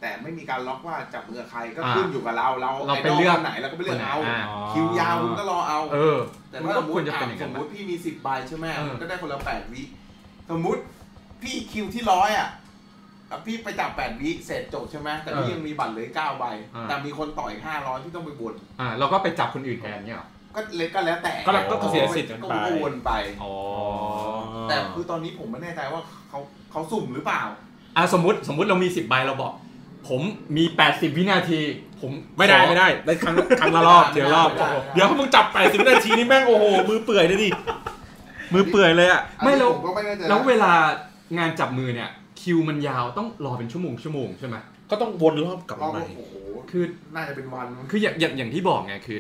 แต่ไม่มีการล็อกว่าจับมือกับใครก็
อ่า
ขึ้นอยู่กับเราเรา
เราไป
ด
เลือก
คนไหนเราก็ไปเลือกเอา
คนไหนอ่า
คิวยาวคุณก็รอเอา
เออ
แต่
มัน
ถ้าส
ก็
มม
ค
ติ
วรจะเป็นอย่าง
ส
นั้
ม
น
ม
ปะ
ติพี่มีสิบใบใช่ไหม
เออ
ก็ได้คนละแปดวิสมมุติพี่คิวที่ร้อยอ่ะแล้วพี่ไปจับแปดวิเสร็จจบใช่ไหมแต่พี่ยังมีบัตรเหลือเก้าใบ
อ่า
แต่มีคนต่อยห้าร้อยที่ต้องไปบน
อ่ะเราก็ไปจับคนอื่นแทนเนี่ยเหรอ
ก็เลยก็แล้วแต่
ก็แล้วก็เสียสิทธิ์กันไป
ก็วนไป
อ๋อ
แต่คือตอนนี้ผมไม่แน่ใจว่าเขาเขาสุ่มหรือเปล่า
อ่ะสมมติสมมติเรามีสิบใบเราบอก ผมมี 80 วินาที ผม
ไม่ได้
ขอ
ไม่ได้ได้ครั้งครั้งละรอบเดี๋ยวรอบ
ไม่ได้ไม่ได้
เดี๋ยวมึงจับแปดสิบนาทีนี่แม่งโอ้โหมือเปื่อยเลยดิมือเปื่อยเลยอ่ะ
ไม่แล้ว
อันนี้ผมก็ไม่แน่ใจนะ
แล้วเวลางานจับมือเนี่ย คิวมันยาวต้องรอเป็นชั่วโมงชั่วโมงใช่ไหม
ก็ต้องวนรอบกลับ
รอบ
มาใหม่
โอ้โห
คือ
น่าจะเป็นวัน
คืออย่างอย่างอย่างที่บอกไงคือ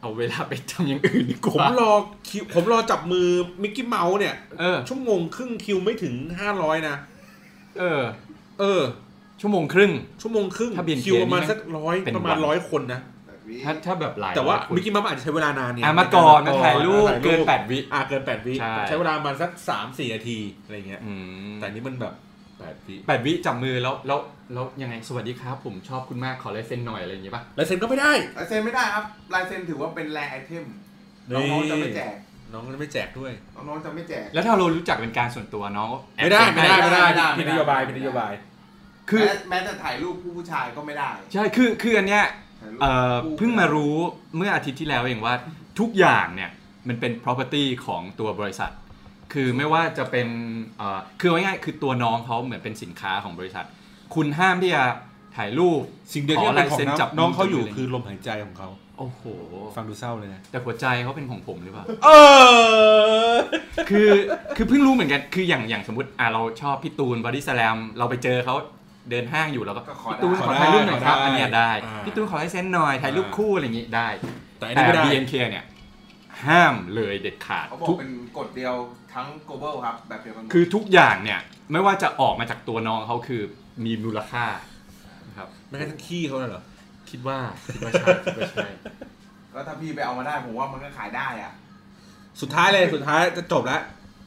เอาเวลาไปทำอย่างอื่นดีก
ผม
ว่าร
อคิวผมรอจับมือมิกกี้เมาส์เนี่ย
เออ
ชั่วโมงครึ่งคิวไม่ถึงห้าร้อยนะ
เออ
เออ
ชั่วโมงครึ่ง
ชั่วโมงครึ่ง
ถ้า BNK
คิวประมาณสักร้อย
เป็น
ประมาณ
วัน
ร้อยคนนะ
แบบนี้
ถ้าถ้าแบบหลาย
แต่ว่า
คน
มิกกี้เมาส์อาจจะใช้เวลานานเนี่ย
อ่ะมาก่อน
ใ
มาถ่ายรูป
ถ่
เกิน 8 วิ
อ่ะเกินแปดวิ
ใช่
ใช้เวลาประมาณสักสามสี่นาทีอะไรเงี้ย
อืม
แต่อันนี้มันแบบแปดวิ
แปดวิจับมือแล้วแล้วแล้วยังไงสวัสดีครับ ผมชอบคุณมากขอลายเซ็นหน่อยอะไรอย่างงี้ป่ะ
ลายเซ็นก็ไม่ได้
ลายเซ็นไม่ได้ครับลายเซ็นถือว่าเป็นแรไอเทม
นี่
น้องๆจะไม่แจก
น้องก็ไม่แจกด้วย
น้องๆจะไม่แจก
แล้วถ้าเรารู้จักเป็นการส่วนตัวน้องก็แอบ
ไม่ได้
ส่
ไม่
งให้
ได้ไม่ได้
ไม่
ผิด
ได้ไม่ได้
นโยบายผิดนโยบาย
คือ
แม้แม้แต่ถ่ายรูปผู้ผู้ชายก็ไม่ได้
ใช่คือคืออันเนี้ย
ถ่ายรูป
เอ่อ
ผู้
เพิ่งมารู้เมื่ออาทิตย์ที่แล้วเองว่าทุกอย่างเนี่ยมันเป็น property ของตัวบริษัท คือไม่ว่าจะเป็นเอ่อคือเอาง่ายๆคือตัวน้องเขาเหมือนเป็นสินค้าของบริษัท คุณห้ามที่จะถ่ายรูป
สิ่งเดียวที่เป็นของ
ขอลายเซ็นจับมือ
น้องเขาอยู่คือลมหายใจของเขา
โอ้โห
ฟังดูเศร้าเลยนะ
แต่หัวใจเขาเป็นของผมหรือเปล่า
เออ
คือคือเพิ่งรู้เหมือนกัน คืออย่างอย่างสมมติอ่ะเราชอบพี่ตูนบอดี้สแลมเราไปเจอเขาเดินห้างอยู่แล้วก็
ก็ขอ
พี่
ขอได้
ตูนขอถ่าย
ได้
รูปหน่อยครับ
ขอได้
อันเนี้ยได้
อ่า
พี่ตูนขอลายเซ็นหน่อยถ่ายรูป
อ่า
คู่อะไรอย่างงี้ได้
แต่อัน
แต่
นี้ไม่ได้
BNK เนี่ย ห้ามเลยเด็ดขาด
เขาบอก
ทุก
เป็นกฎเดียวทั้ง global ครับ แบบเดียวกันหมด
คือทุกอย่างเนี่ย ไม่ว่าจะออกมาจากตัวน้องเขาคือมีมูลค่านะครับ
ไม่ใช่ทั้งขี้เขาเลยเหรอ
คิดว่าคิดว่าใช่คิดว่าใช่
ก็ถ้าพี่ไปเอามาได้ผมว่ามันก็ขายได้อะ
สุดท้ายเลยสุดท้ายจะจบแล้ว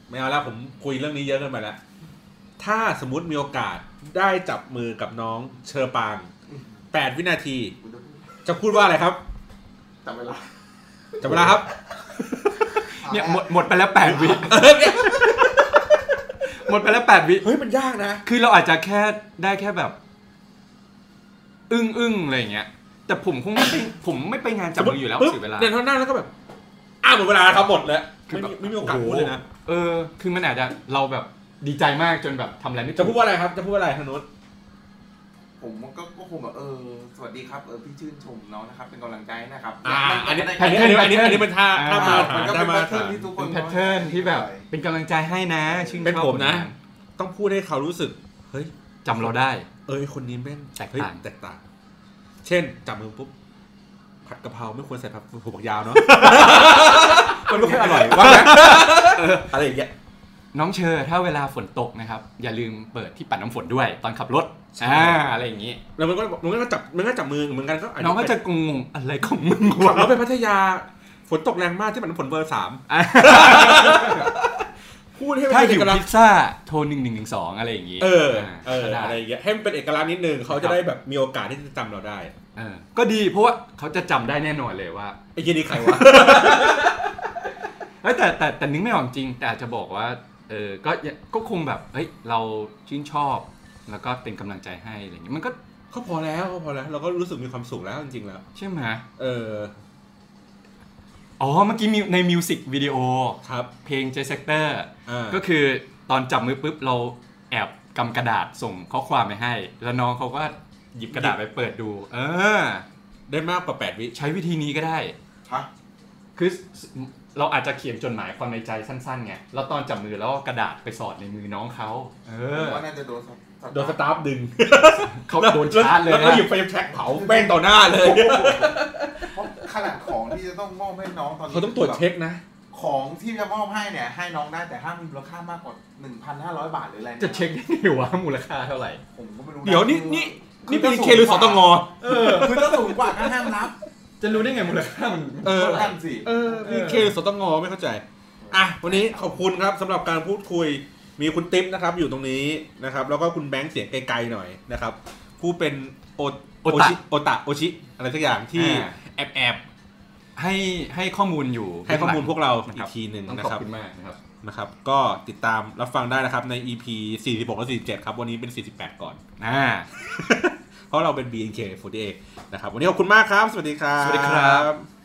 ไม่เอาแล้วผมคุยเรื่องนี้เยอะเกินไปแล้ว ถ้าสมมติมีโอกาสได้จับมือกับน้องเชอปางแปดวินาที
กูจะพูด
จะพูดว่าอะไรครับ
จับเวลา
จับเวลาครับ
เนี่ยหมดหมดไปแล้วแปดวิ หมดไปแล้วแปดวิ
เฮ้ยมันยากนะ
คือเราอาจจะแค่ได้แค่แบบ อึ้งอึ้งๆอะไรอย่างเงี้ย แต่ผมคงไม่ไป ผมไม่ไปงานจับมืออยู่แล้วเสียเวลา
เดินเท่าหน้าแล้วก็แบบ อ้าวหมดเวลาแล้วครับหมดแล้ว
คื
ไม่
แบบ
มีไม่มีโอกาสพูดเลยนะ
โอ้โหเออ คือมันอาจจะเราแบบดีใจมากจนแบบทำอะไรไม่
จะ
ถู
พูด
ก
ว่าอะไรครับ จะพูดว่าอะไรธนุษ
ผมก็ก็คงแบบเออ สวัสดีครับเออพี่ชื่นชมน้องนะครับ เป็นกำลังใจให้นะครับ
อ่า อันนี้
ได้
อันนี้อันนี้อันนี้อันนี้เป็นท่าท่ามาตรฐาน
ก็
ท่า
เป็น
มาตร
แพทเทิ
ฐาน
ร์นที่ทุกค
เป็น
น
แพทเทิร์นที่แบบ เป็นกำลังใจให้นะ ชื่นชอบ
เป็นผมนะ
ผลงา
ต้องพูดให้เขารู้สึก เฮ้ย
จำเราได้
เอ้ยคนนี้แม่ง
แตกต่าง
เฮ้ยแตกต่าง เช่นจับมือปุ๊บผัดกะเพราไม่ควรใส่ผักถั่วฝักยาวเนาะ มันไม่ค่อยอร่อยว่างั้นเอออะไรอย่างเงี้ย
น้องเชอถ้าเวลาฝนตกนะครับ อย่าลืมเปิดที่ปัดน้ำฝนด้วย ตอนขับรถ
ใช่
อ่าอะไรอย่างงี้
แล้วมันก็มันก็จับมันก็จับมือเหมือนกันก็
น้องก็จะงงๆอะไรของมึง
ขับ
วะ
รถไปพัทยาฝนตกแรงมากที่มันำฝนเบอร์สาม
อ่ะ
พูดให้มัน
ถ้า
เป็น
หิ
เอ
ว
กลักษ
พิ
ณ์
ซซ่าโทรหนึ่งหนึ่งหนึ่งสองอะไรอย่างงี้
เออ
อ่า
เออ
ก็ได้
อะไรอย่างเงี้ยให้มันเป็นเอกลักษณ์นิดนึงเขาจะได้แบบมีโอกาสที่จะจำเราได้
เออก็ดีเพราะว่าเขาจะจำได้แน่นอนเลยว่า
ไอ้ยียนี่ใครวะ
เอ้ยแต่แต่แต่นึกไม่ออกจริง แต่อาจจะบอกว่าเออก็อย่าก็คงแบบเฮ้ยเราชื่นชอบ แล้วก็เป็นกำลังใจให้อะไรอย่างงี้มันก็
เขาพอแล้วเขาพอแล้ว เราก็รู้สึกมีความสุขแล้วจริงๆแล้ว
ใช่ไหม
เออ
อ๋อเมื่อกี้มีในมิวสิกวิดีโอ
ครับ
เพลง J Sector
อ่า
ก็คือตอนจับมือปุ๊บเราแอบกำกระดาษส่งข้อความไปให้ แล้วน้องเขาก็หยิบกระดาษไปเปิดดู เออ
ได้มากกว่า 8 วิ
ใช้วิธีนี้ก็ได้
ฮะ
คือเราอาจจะเขียนจดหมายความในใจสั้นๆไง แล้วตอนจับมือแล้วเอากระดาษไปสอดในมือน้องเขา เอ
ผม
อ
ว่าน่าจะโดน
โดนสตาฟดึง
เขาโดนชาร์จเลย
แล้วก็
นะ
หยิบไฟแช็กเผาแป้งต่อหน้าเลย
เพราะขนาดของที่จะต้องมอบให้น้องตอนนี้
เขาต้องตรวจเช็คนะ
ของที่จะมอบให้เนี่ย ให้น้องได้แต่ห้ามมีมูลค่ามากกว่า1,500 บาทหรืออะไรนี่ย
จะเช็คได้ไงวะมูลค่าเท่าไหร่
ผมก็ไม่รู้ะ
เดี๋ยวนี่นี่
คือ
นี่เป็น
ถ้า
เคหรือส
สู
ต
กว่า
อ
งเออคือถ้าสูงกว่าก็ห้ามรับ
จะรู้ได้ไงมูลค่ามัน
เออ
ท่าไหร่
นั่นสิ
เออมีเคหรือสตงอไม่เข้าใจ อ่ะ วันนี้ขอบคุณครับสำหรับการพูดคุย มีคุณติ๊บนะครับ อยู่ตรงนี้นะครับ แล้วก็คุณแบงค์เสียงไกลๆหน่อยนะครับ ผู้เป็นโอ
โอตะ
ชิโอตะโอชิ อะไรสักอย่างที่แอ
อ่า
บแอบ
ให้ให้ข้อมูลอยู่
ๆให้ข้อมูลพวกเรา
นะ
อีก
ครับ
ทีหนึ่ง
ต้อง
นะ
ขอบ
ครับ
คุณมากนะครับ
นะครับ ก็ติดตามรับฟังได้นะครับใน EP 46และ47 ครับ วันนี้เป็น 48 ก่อน
อ่า
เพราะเราเป็น BNK48 นะครับ วันนี้ขอบคุณมากครับ สวัสดีครับ
สวัสดีครับ